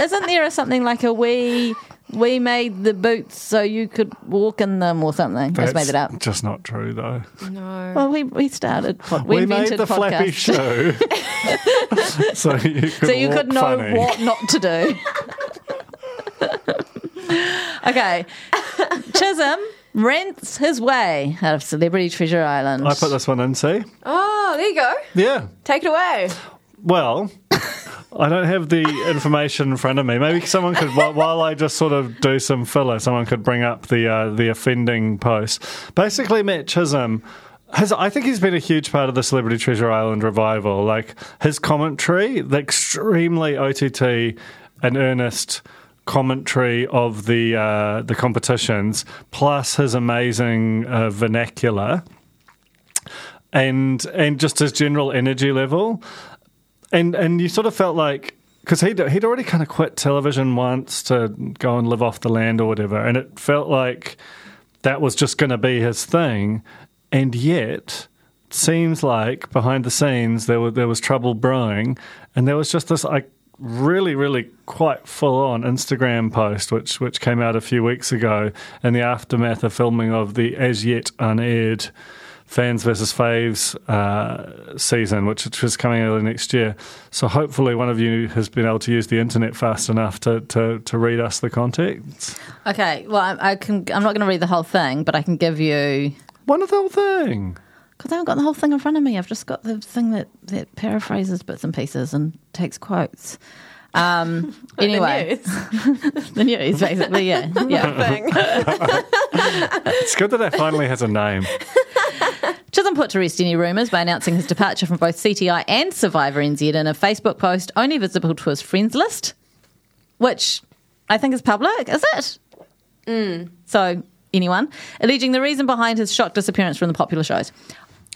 Speaker 1: Isn't there something like a we we made the boots so you could walk in them or something? Just made it up.
Speaker 2: Just not true though.
Speaker 3: No.
Speaker 1: Well, we we started. Pod, we,
Speaker 2: We, made
Speaker 1: invented
Speaker 2: the flappy
Speaker 1: podcasts.
Speaker 2: show. so you could
Speaker 1: so you
Speaker 2: walk
Speaker 1: could know
Speaker 2: funny.
Speaker 1: what not to do. okay, Chisholm rents his way out of Celebrity Treasure Island.
Speaker 2: I put this one in, see?
Speaker 3: Oh, there you go.
Speaker 2: Yeah.
Speaker 3: Take it away.
Speaker 2: Well, I don't have the information in front of me. Maybe someone could, while, while I just sort of do some filler, someone could bring up the uh, the offending post. Basically, Matt Chisholm. Has, I think he's been a huge part of the Celebrity Treasure Island revival. Like his commentary, the extremely OTT and earnest commentary of the uh, the competitions, plus his amazing uh, vernacular and and just his general energy level and and you sort of felt like because he'd, he'd already kind of quit television once to go and live off the land or whatever and it felt like that was just going to be his thing and yet it seems like behind the scenes there were there was trouble brewing and there was just this like really really quite full on Instagram post which which came out a few weeks ago in the aftermath of filming of the as yet unaired fans versus faves uh, season, which which is coming early next year. So hopefully, one of you has been able to use the internet fast enough to to, to read us the context.
Speaker 1: Okay, well I, I can. I'm not going to read the whole thing, but I can give you
Speaker 2: One of the whole thing.
Speaker 1: Because I haven't got the whole thing in front of me. I've just got the thing that, that paraphrases bits and pieces and takes quotes. Um, anyway, the news, basically, yeah. yeah.
Speaker 3: thing.
Speaker 2: It's good that it finally has a name.
Speaker 1: Chisholm put to rest any rumours by announcing his departure from both CTI and Survivor NZ in a Facebook post only visible to his friends list, which I think is public, is it? So, anyone, alleging the reason behind his shock disappearance from the popular shows.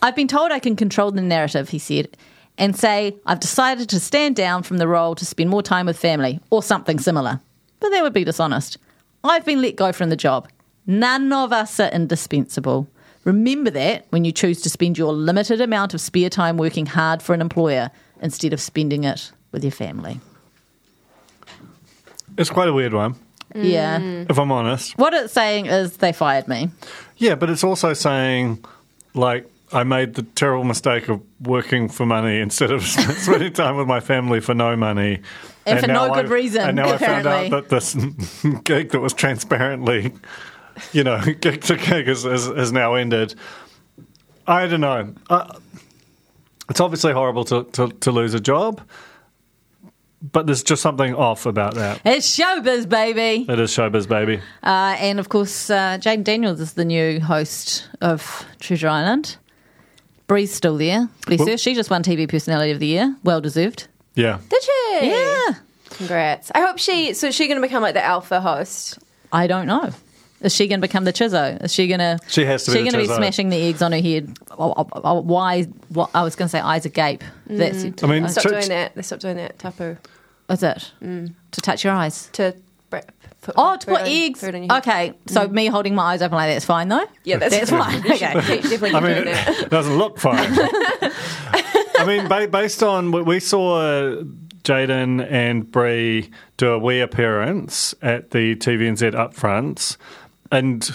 Speaker 1: I've been told I can control the narrative, he said, and say, I've decided to stand down from the role to spend more time with family or something similar. But that would be dishonest. I've been let go from the job. None of us are indispensable. Remember that when you choose to spend your limited amount of spare time working hard for an employer instead of spending it with your family.
Speaker 2: It's quite a weird one,
Speaker 1: Yeah.
Speaker 2: if I'm honest.
Speaker 1: What it's saying is they fired me.
Speaker 2: Yeah, but it's also saying, like, I made the terrible mistake of working for money instead of spending time with my family for no money.
Speaker 1: And for
Speaker 2: now
Speaker 1: no good
Speaker 2: I-
Speaker 1: reason,
Speaker 2: And now I found
Speaker 1: apparently.
Speaker 2: out that this gig that was transparently, you know, gig to gig is, is, is now ended. I don't know. Uh, it's obviously horrible to, to, to lose a job, but there's just something off about that.
Speaker 1: It's showbiz, baby.
Speaker 2: It is showbiz, baby.
Speaker 1: Uh, and of course, uh, Jane Daniels is the new host of Treasure Island. Bree's still there. Bless
Speaker 2: Well-
Speaker 1: her. She just won TV Personality of the Year. Well deserved.
Speaker 2: Yeah.
Speaker 3: Did she?
Speaker 1: Yeah.
Speaker 3: Congrats. I hope she. So is she going to become like the alpha host?
Speaker 1: I don't know. Is she going to become the Chizzo? Is she going to?
Speaker 2: She has to
Speaker 1: She
Speaker 2: be the
Speaker 1: going to be
Speaker 2: Chizzo.
Speaker 1: smashing the eggs on her head. Oh, oh, oh, Why? What, I was going to say eyes agape. That's it.
Speaker 2: Mm. I mean,
Speaker 3: Stop
Speaker 2: Ch-
Speaker 3: doing that. They stopped doing that. Tapu
Speaker 1: That's it.
Speaker 2: Mm.
Speaker 1: To touch your eyes.
Speaker 3: to. bre- Put,
Speaker 1: Oh, to
Speaker 3: food
Speaker 1: put
Speaker 3: on-
Speaker 1: eggs.
Speaker 3: food on your head.
Speaker 1: Okay, so
Speaker 2: Mm.
Speaker 1: me holding my eyes open like that's fine though.
Speaker 3: Yeah, that's,
Speaker 1: That's fine.
Speaker 3: You should
Speaker 1: Okay.
Speaker 3: keep- definitely
Speaker 2: I
Speaker 3: keep
Speaker 2: mean,
Speaker 3: doing that.
Speaker 2: it doesn't look fine. I mean, ba- based on what we saw uh, Jaden and Bree do a wee appearance at the TVNZ upfronts, and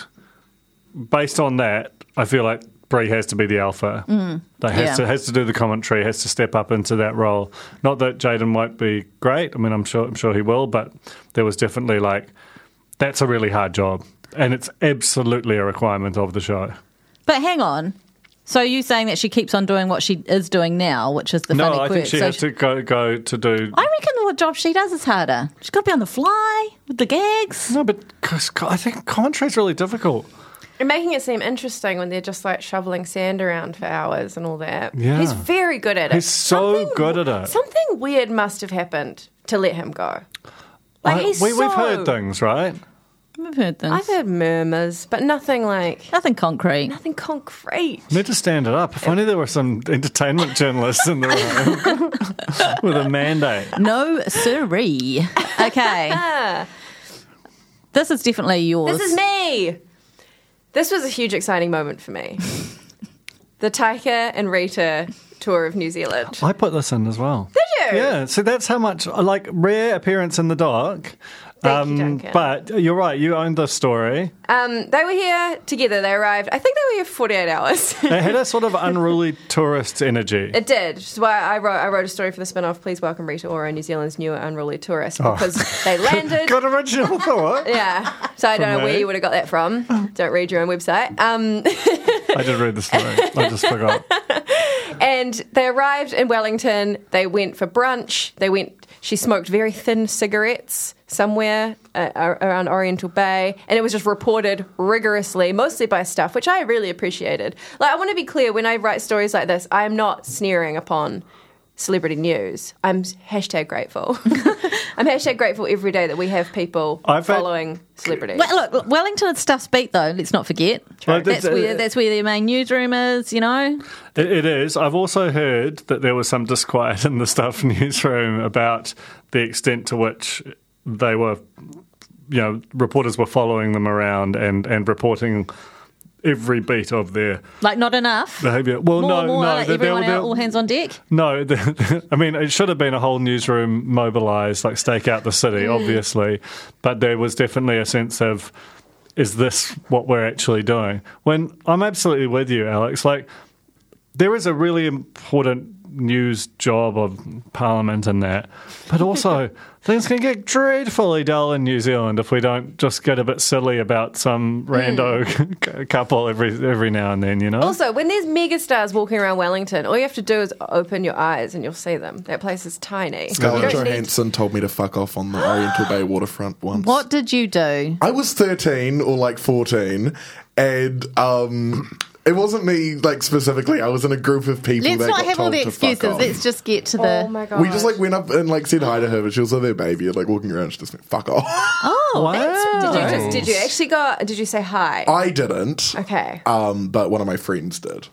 Speaker 2: based on that, I feel like Brie has to be the alpha. Mm. They has
Speaker 1: Yeah.
Speaker 2: to has to do the commentary, has to step up into that role. Not that Jaden won't be great. I mean, I'm sure I'm sure he will, but there was definitely like that's a really hard job, and it's absolutely a requirement of the show.
Speaker 1: But hang on. So you saying that she keeps on doing what she is doing now, which is the
Speaker 2: No,
Speaker 1: funny
Speaker 2: I
Speaker 1: quirk.
Speaker 2: think she
Speaker 1: so
Speaker 2: has to go go to do.
Speaker 1: I reckon the job she does is harder. She's got to be on the fly with the gags.
Speaker 2: no, but 'cause co- I think commentary's really difficult.
Speaker 3: And making it seem interesting when they're just like shoveling sand around for hours and all that.
Speaker 2: Yeah.
Speaker 3: He's very good at it.
Speaker 2: He's so good at it.
Speaker 3: Something weird must have happened to let him go. Like
Speaker 2: I-
Speaker 3: he's
Speaker 2: we, We've
Speaker 3: so-
Speaker 2: heard things, right?
Speaker 1: I've heard things.
Speaker 3: I've heard murmurs, but nothing like
Speaker 1: Nothing concrete.
Speaker 3: nothing concrete.
Speaker 2: Need to stand it up. If only there were some entertainment journalists in the room with a mandate.
Speaker 1: No siree. Okay. this is definitely yours.
Speaker 3: This is me. This was a huge, exciting moment for me. the Taika and Rita tour of New Zealand.
Speaker 2: I put this in as well.
Speaker 3: Did you?
Speaker 2: Yeah. So that's how much like rare appearance in the dark. Um,
Speaker 3: Thank you, Duncan.
Speaker 2: but you're right. You owned this story.
Speaker 3: Um, they were here together. They arrived. I think they were here for 48 hours.
Speaker 2: It had a sort of unruly tourist energy.
Speaker 3: It did. Which is why I wrote, I wrote a story for the spin off. Please welcome Rita Ora, New Zealand's new unruly tourist, because they landed.
Speaker 2: Oh. Good original thought.
Speaker 3: yeah. So I don't know
Speaker 2: From
Speaker 3: where
Speaker 2: me.
Speaker 3: you would have got that from. Don't read your own website. Um,
Speaker 2: I did read the story. I just forgot.
Speaker 3: and they arrived in Wellington. They went for brunch. They went. She smoked very thin cigarettes somewhere uh, ar- around Oriental Bay, and it was just reported rigorously, mostly by staff, which I really appreciated. Like I want to be clear when I write stories like this, I am not sneering upon celebrity news. I'm hashtag grateful. I'm hashtag grateful every day that we have people
Speaker 2: I've had-
Speaker 3: following celebrities.
Speaker 1: Well, look, look, Wellington and stuff's beat though. Let's not forget.
Speaker 2: Well,
Speaker 1: that's,
Speaker 2: that's- uh,
Speaker 1: where that's where their main newsroom is. You know,
Speaker 2: It, it is. I've also heard that there was some disquiet in the staff newsroom about the extent to which they were, you know, reporters were following them around and, and reporting every beat of their
Speaker 1: like not enough.
Speaker 2: behaviour. Well,
Speaker 1: more,
Speaker 2: no,
Speaker 1: more,
Speaker 2: no,
Speaker 1: like
Speaker 2: there- there-
Speaker 1: everyone
Speaker 2: there-
Speaker 1: out, all hands on deck.
Speaker 2: no. there- I mean, it should have been a whole newsroom mobilised, like stake out the city,
Speaker 3: Mm.
Speaker 2: obviously. But there was definitely a sense of, is this what we're actually doing? When I'm absolutely with you, Alex. Like, there is a really important news job of parliament in that but also things can get dreadfully dull in new zealand if we don't just get a bit silly about some rando couple every every now and then you know
Speaker 3: Mm. Also, when there's megastars walking around Wellington, all you have to do is open your eyes and you'll see them. That place is tiny.
Speaker 6: Scarlett
Speaker 3: You don't need-
Speaker 6: Johansson told me to fuck off on the Oriental Bay waterfront once.
Speaker 1: What did you do?
Speaker 6: I was 13 or like 14, and um, it wasn't me, like specifically. I was in a group of people
Speaker 1: Let's
Speaker 6: that
Speaker 1: not
Speaker 6: got
Speaker 1: have all
Speaker 6: told
Speaker 1: the
Speaker 6: to fuck
Speaker 1: excuses.
Speaker 6: off.
Speaker 1: Let's just get to the.
Speaker 3: Oh my god!
Speaker 6: we just like went up and like said hi to her, but she was with her baby and like walking around. She just went, fuck off.
Speaker 1: Oh,
Speaker 2: Wow.
Speaker 1: that's-
Speaker 3: Did you, just, did you actually go? Did you say hi?
Speaker 6: I didn't.
Speaker 3: Okay.
Speaker 6: Um, but one of my friends did.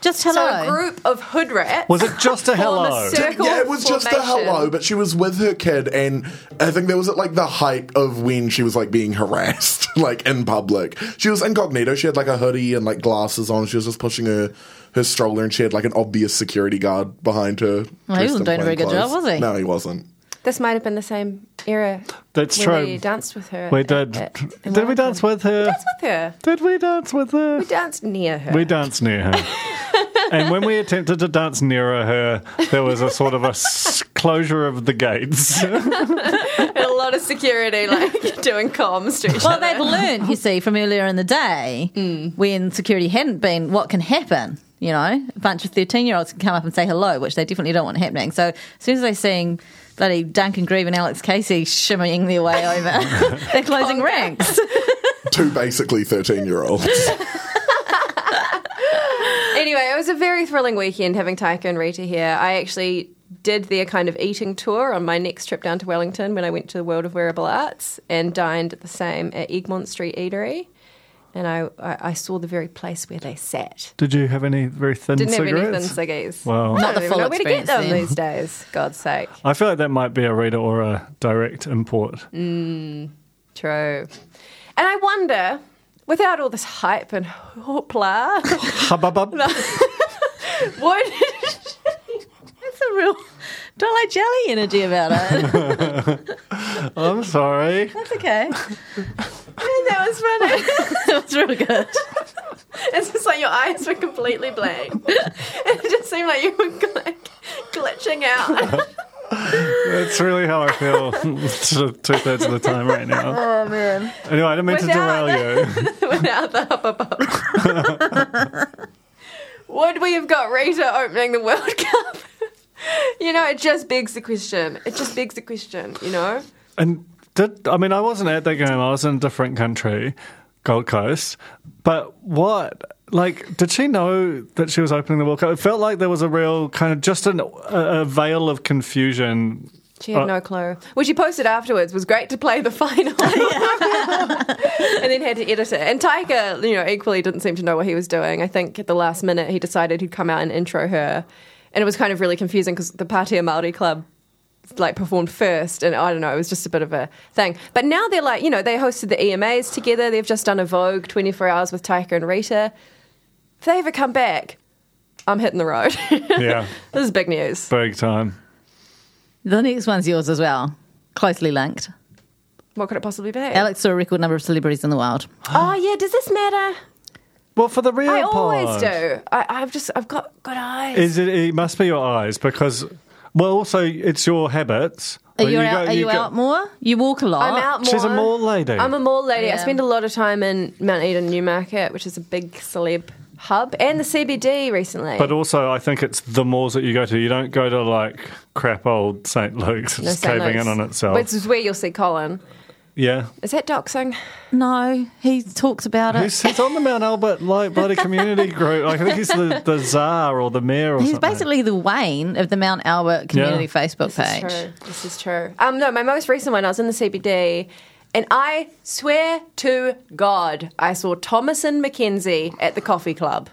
Speaker 1: just
Speaker 3: so a
Speaker 1: hello.
Speaker 3: group of hood rats.
Speaker 2: was it just a
Speaker 3: form
Speaker 2: hello
Speaker 3: A circle
Speaker 6: yeah, it was just a
Speaker 3: formation.
Speaker 6: hello, but she was with her kid, and I think that was at like the height of when she was like being harassed, like in public. She was incognito. She had like a hoodie and like glasses on. She was just pushing her her stroller, and she had like an obvious security guard behind
Speaker 1: Well,
Speaker 6: her.
Speaker 1: he
Speaker 6: dressed
Speaker 1: wasn't
Speaker 6: in
Speaker 1: doing a very
Speaker 6: plain
Speaker 1: good job,
Speaker 6: clothes.
Speaker 1: was he?
Speaker 6: No, he wasn't.
Speaker 3: This might have been the same era.
Speaker 2: That's
Speaker 3: when
Speaker 2: true.
Speaker 3: We danced with her.
Speaker 2: we
Speaker 3: at-
Speaker 2: did
Speaker 3: at- in
Speaker 2: did we
Speaker 3: Wellington.
Speaker 2: dance with her
Speaker 3: Dance with her.
Speaker 2: did we dance with her
Speaker 3: We danced near her.
Speaker 2: We danced near her. and when we attempted to dance nearer her, there was a sort of a s- closure of the gates.
Speaker 3: a lot of security, like doing comms to each
Speaker 1: Well,
Speaker 3: other.
Speaker 1: they've learned, you see, from earlier in the day
Speaker 3: Hmm.
Speaker 1: when security hadn't been, what can happen. You know, a bunch of 13 year olds can come up and say hello, which they definitely don't want happening. So as soon as they seeing bloody Duncan Grieve and Alex Casey shimmying their way over, they're closing ranks.
Speaker 6: Two basically thirteen year olds.
Speaker 3: Anyway, it was a very thrilling weekend having Taika and Rita here. I actually did their kind of eating tour on my next trip down to Wellington when I went to the World of Wearable Arts and dined at the same at Egmont Street Eatery. And I, I, I saw the very place where they sat.
Speaker 2: Did you have any very thin
Speaker 3: Didn't have any
Speaker 2: Mm,
Speaker 3: thin
Speaker 2: cigarettes?
Speaker 3: ciggies.
Speaker 2: Wow.
Speaker 3: I
Speaker 1: Not the
Speaker 3: don't even
Speaker 1: full
Speaker 3: know where to get
Speaker 1: experience
Speaker 3: them
Speaker 1: then.
Speaker 3: these days. God's sake.
Speaker 2: I feel like that might be a Rita or a direct import.
Speaker 3: Mm. True. And I wonder, without all this hype and hoopla,
Speaker 2: Hubbub.
Speaker 3: would
Speaker 1: That's a real dollar jelly energy about it.
Speaker 2: I'm sorry.
Speaker 1: That's okay.
Speaker 3: that was funny.
Speaker 1: that was real good.
Speaker 3: It's just like your eyes were completely blank. it just seemed like you were gl- glitching out.
Speaker 2: That's really how I feel sort of two thirds of the time right now.
Speaker 1: Oh man.
Speaker 2: Anyway, I didn't mean to
Speaker 3: Without
Speaker 2: derail you.
Speaker 3: without the hubbub. Would we have got Rita opening the World Cup? you know, it just begs the question. It just begs the question, you know?
Speaker 2: And did I mean I wasn't at that game? I was "Oh, in a different country, Gold Coast. But what? Like, did she know that she was opening the World Cup? It felt like there was a real kind of just an, a, a veil of confusion.
Speaker 3: She had
Speaker 2: Uh,
Speaker 3: no clue. Well, she posted afterwards. Was great to play the final, and then had to edit it. And Tiger, you know, equally didn't seem to know what he was doing. I think at the last minute he decided he'd come out and intro her, and it was kind of really confusing because the Patea Maori Club like performed first, and I don't know, it was just a bit of a thing. But now they're like, you know, they hosted the EMAs together. They've just done a Vogue 24 hours with Taika and Rita. If they ever come back, I'm hitting the road.
Speaker 2: Yeah,
Speaker 3: this is big news.
Speaker 2: big time.
Speaker 1: The next one's yours as well. Closely linked.
Speaker 3: What could it possibly be?
Speaker 1: Alex saw a record number of celebrities in the wild.
Speaker 3: oh yeah, does this matter?
Speaker 2: Well, for the real
Speaker 3: I always
Speaker 2: pod.
Speaker 3: do. I, I've just I've got good eyes.
Speaker 2: Is it? It must be your eyes because, well, also it's your habits.
Speaker 1: Are
Speaker 2: Well,
Speaker 1: you, out,
Speaker 2: go-
Speaker 1: are you,
Speaker 2: go-
Speaker 1: out more? You walk a lot.
Speaker 3: I'm out more.
Speaker 2: uh, She's a mall lady.
Speaker 3: I'm a mall lady. I
Speaker 1: Yeah.
Speaker 3: spend a lot of time in Mount Eden Newmarket, which is a big celeb hub, and the CBD recently.
Speaker 2: But also, I think it's the malls that you go to. You don't go to like crap old St. Luke's. It's
Speaker 3: St.
Speaker 2: caving in
Speaker 3: Luke's.
Speaker 2: on itself.
Speaker 3: Which is where you'll see Colin.
Speaker 2: yeah.
Speaker 3: Is that doxing?
Speaker 1: No, he talks about it.
Speaker 2: He's, he's on the Mount Albert like bloody community group. I think he's the, the czar or the mayor or
Speaker 1: He's
Speaker 2: something.
Speaker 1: basically the Wayne of the Mount Albert community
Speaker 2: Yeah.
Speaker 1: Facebook
Speaker 3: This
Speaker 1: page.
Speaker 3: is true. This is true. Um, no, my most recent one, I was in the CBD, and I swear to God, I saw Thomas and Mackenzie at the coffee club.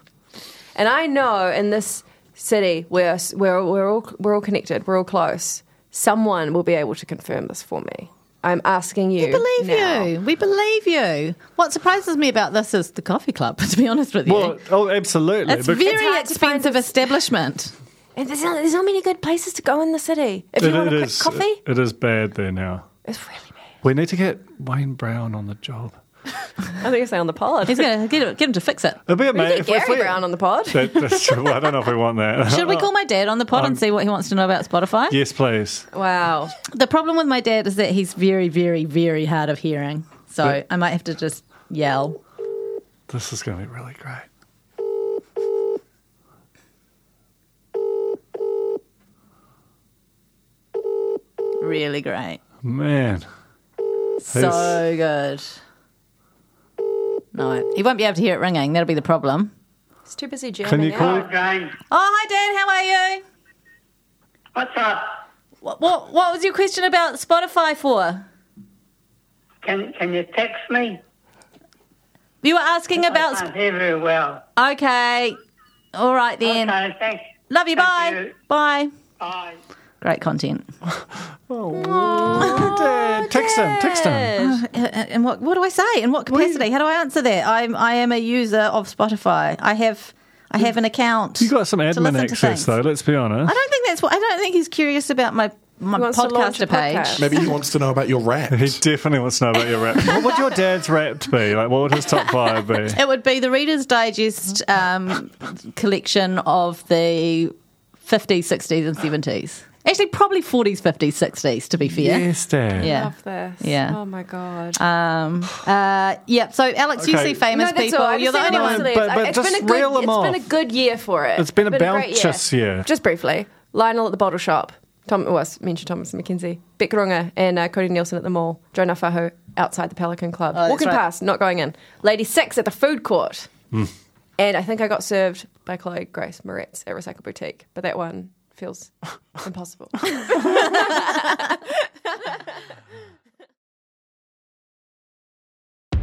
Speaker 3: And I know in this city where we're, we're, all, we're all connected, we're all close, someone will be able to confirm this for me. I'm asking you.
Speaker 1: We believe
Speaker 3: now.
Speaker 1: you. We believe you. What surprises me about this is the coffee club, to be honest with you.
Speaker 2: Well, oh, absolutely.
Speaker 1: it's
Speaker 2: Bec-
Speaker 1: very
Speaker 3: hard to find
Speaker 1: expensive establishment.
Speaker 3: And there's not, there's not many good places to go in the city. If you
Speaker 2: it- it
Speaker 3: want a quick
Speaker 2: is-
Speaker 3: coffee,
Speaker 2: it is bad there now.
Speaker 3: it's really bad.
Speaker 2: We need to get Wayne Brown on the job.
Speaker 3: I think it's on the pod.
Speaker 1: He's going to get, it- get him to fix it.
Speaker 2: It'd be amazing.
Speaker 3: Get Gary Brown on the pod.
Speaker 2: that, that's true. Well, I don't know if we want that.
Speaker 1: Should we call my dad on the pod and see what he wants to know about Spotify?
Speaker 2: Yes, please.
Speaker 3: Wow.
Speaker 1: The problem with my dad is that he's very, very, very hard of hearing. So
Speaker 2: Yeah.
Speaker 1: I might have to just yell.
Speaker 2: This is going to be really great.
Speaker 1: Really great.
Speaker 2: Man.
Speaker 1: So good. No, he won't be able to hear it ringing. That'll be the problem.
Speaker 3: It's too busy jamming
Speaker 2: Can you
Speaker 3: out.
Speaker 2: call it?
Speaker 4: James,
Speaker 1: Oh, hi, Dad. How are you?
Speaker 4: what's up?
Speaker 1: What, what, what was your question about Spotify for?
Speaker 4: Can can you text me?
Speaker 1: You were asking
Speaker 4: I
Speaker 1: about.
Speaker 4: can't hear very well.
Speaker 1: Sp- Okay. All right, then.
Speaker 4: Okay, thanks.
Speaker 1: Love you. Bye.
Speaker 4: Thank you.
Speaker 1: Bye.
Speaker 4: Bye.
Speaker 1: Great content. Uh, Oh,
Speaker 2: Dad, text him. Text him.
Speaker 1: And what, what do I say? In what capacity? How do I answer that? I'm, I am a user of Spotify. I have I have an account.
Speaker 2: You got some
Speaker 1: to listen
Speaker 2: admin
Speaker 1: to
Speaker 2: access
Speaker 1: things.
Speaker 2: though. Let's be
Speaker 1: I
Speaker 2: honest.
Speaker 1: don't think that's what. I don't think he's curious about my my
Speaker 3: wants to launch a
Speaker 1: podcaster page.
Speaker 3: podcast.
Speaker 6: Maybe he wants to know about your
Speaker 2: He
Speaker 6: raps.
Speaker 2: definitely wants to know about your rap. What would your dad's rap be? Like, what would his top five be?
Speaker 1: It would be the Reader's Digest um, collection of the 50s, 60s, and 70s. Actually, probably 40s, 50s, 60s, to be fair.
Speaker 2: Yes, Dad.
Speaker 1: Yeah.
Speaker 3: Love this.
Speaker 1: Yeah.
Speaker 3: Oh my god.
Speaker 1: Um, uh, yeah, so Alex, you see
Speaker 2: Okay.
Speaker 1: famous
Speaker 3: that's
Speaker 1: people.
Speaker 3: all. I've
Speaker 1: You're the only
Speaker 3: seen it on
Speaker 1: one.
Speaker 2: But-
Speaker 3: sleeves.
Speaker 2: but
Speaker 3: It's been
Speaker 2: just
Speaker 3: a good-
Speaker 2: reel 'em
Speaker 3: It's
Speaker 2: off.
Speaker 3: been a good year for it.
Speaker 2: It's been a
Speaker 3: great
Speaker 2: bounteous year.
Speaker 3: Just briefly, Lionel at the bottle shop. Tom was mentioned Thomas McKenzie, Beck Runga, and uh, Cody Nielsen at the mall. Joe Nafahu outside the Pelican Club,
Speaker 1: Oh, that's
Speaker 3: walking
Speaker 1: right.
Speaker 3: past, not going in. Lady Six at the food court,
Speaker 2: Hmm.
Speaker 3: and I think I got served by Chloe Grace Moretz at Recycle Boutique, but that one feels impossible.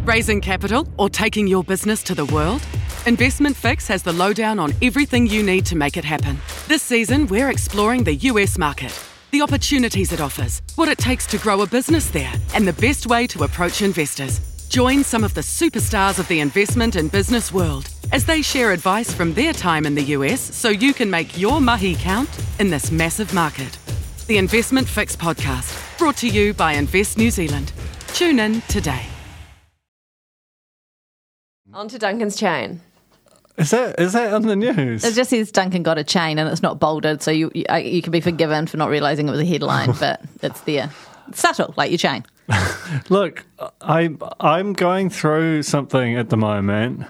Speaker 7: Raising capital or taking your business to the world? Investment Fix has the lowdown on everything you need to make it happen. This season, we're exploring the US market, the opportunities it offers, what it takes to grow a business there, and the best way to approach investors. Join some of the superstars of the investment and business world as they share advice from their time in the US so you can make your mahi count in this massive market. The Investment Fix podcast, brought to you by Invest New Zealand. Tune in today.
Speaker 3: Onto Duncan's chain.
Speaker 2: Is that is that on the news?
Speaker 1: It just says Duncan got a chain and it's not bolded, so you you, I- you can be forgiven for not realizing it was a headline, but it's there. Subtle, like your chain.
Speaker 2: Look, I I'm going through something at the moment.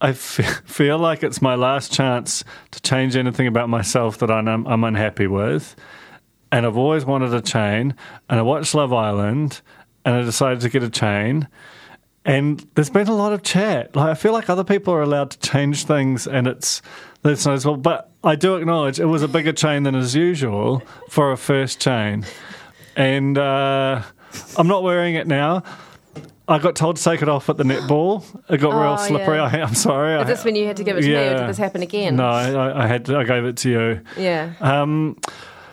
Speaker 2: I f- feel like it's my last chance to change anything about myself that I'm, I'm unhappy with. And I've always wanted a chain. And I watched Love Island and I decided to get a chain. And there's been a lot of chat. Like I feel like other people are allowed to change things, and it's that's noticeable. But I do acknowledge it was a bigger chain than is usual for a first chain, and uh, I'm not wearing it now. I got told to take it off at the netball. It got
Speaker 3: Oh,
Speaker 2: real slippery.
Speaker 3: yeah.
Speaker 2: I, I'm sorry.
Speaker 3: Is this when you had to give it to me, or did this happen again?
Speaker 2: No, I, I- I had. To, I gave it to you.
Speaker 3: Yeah.
Speaker 2: Um,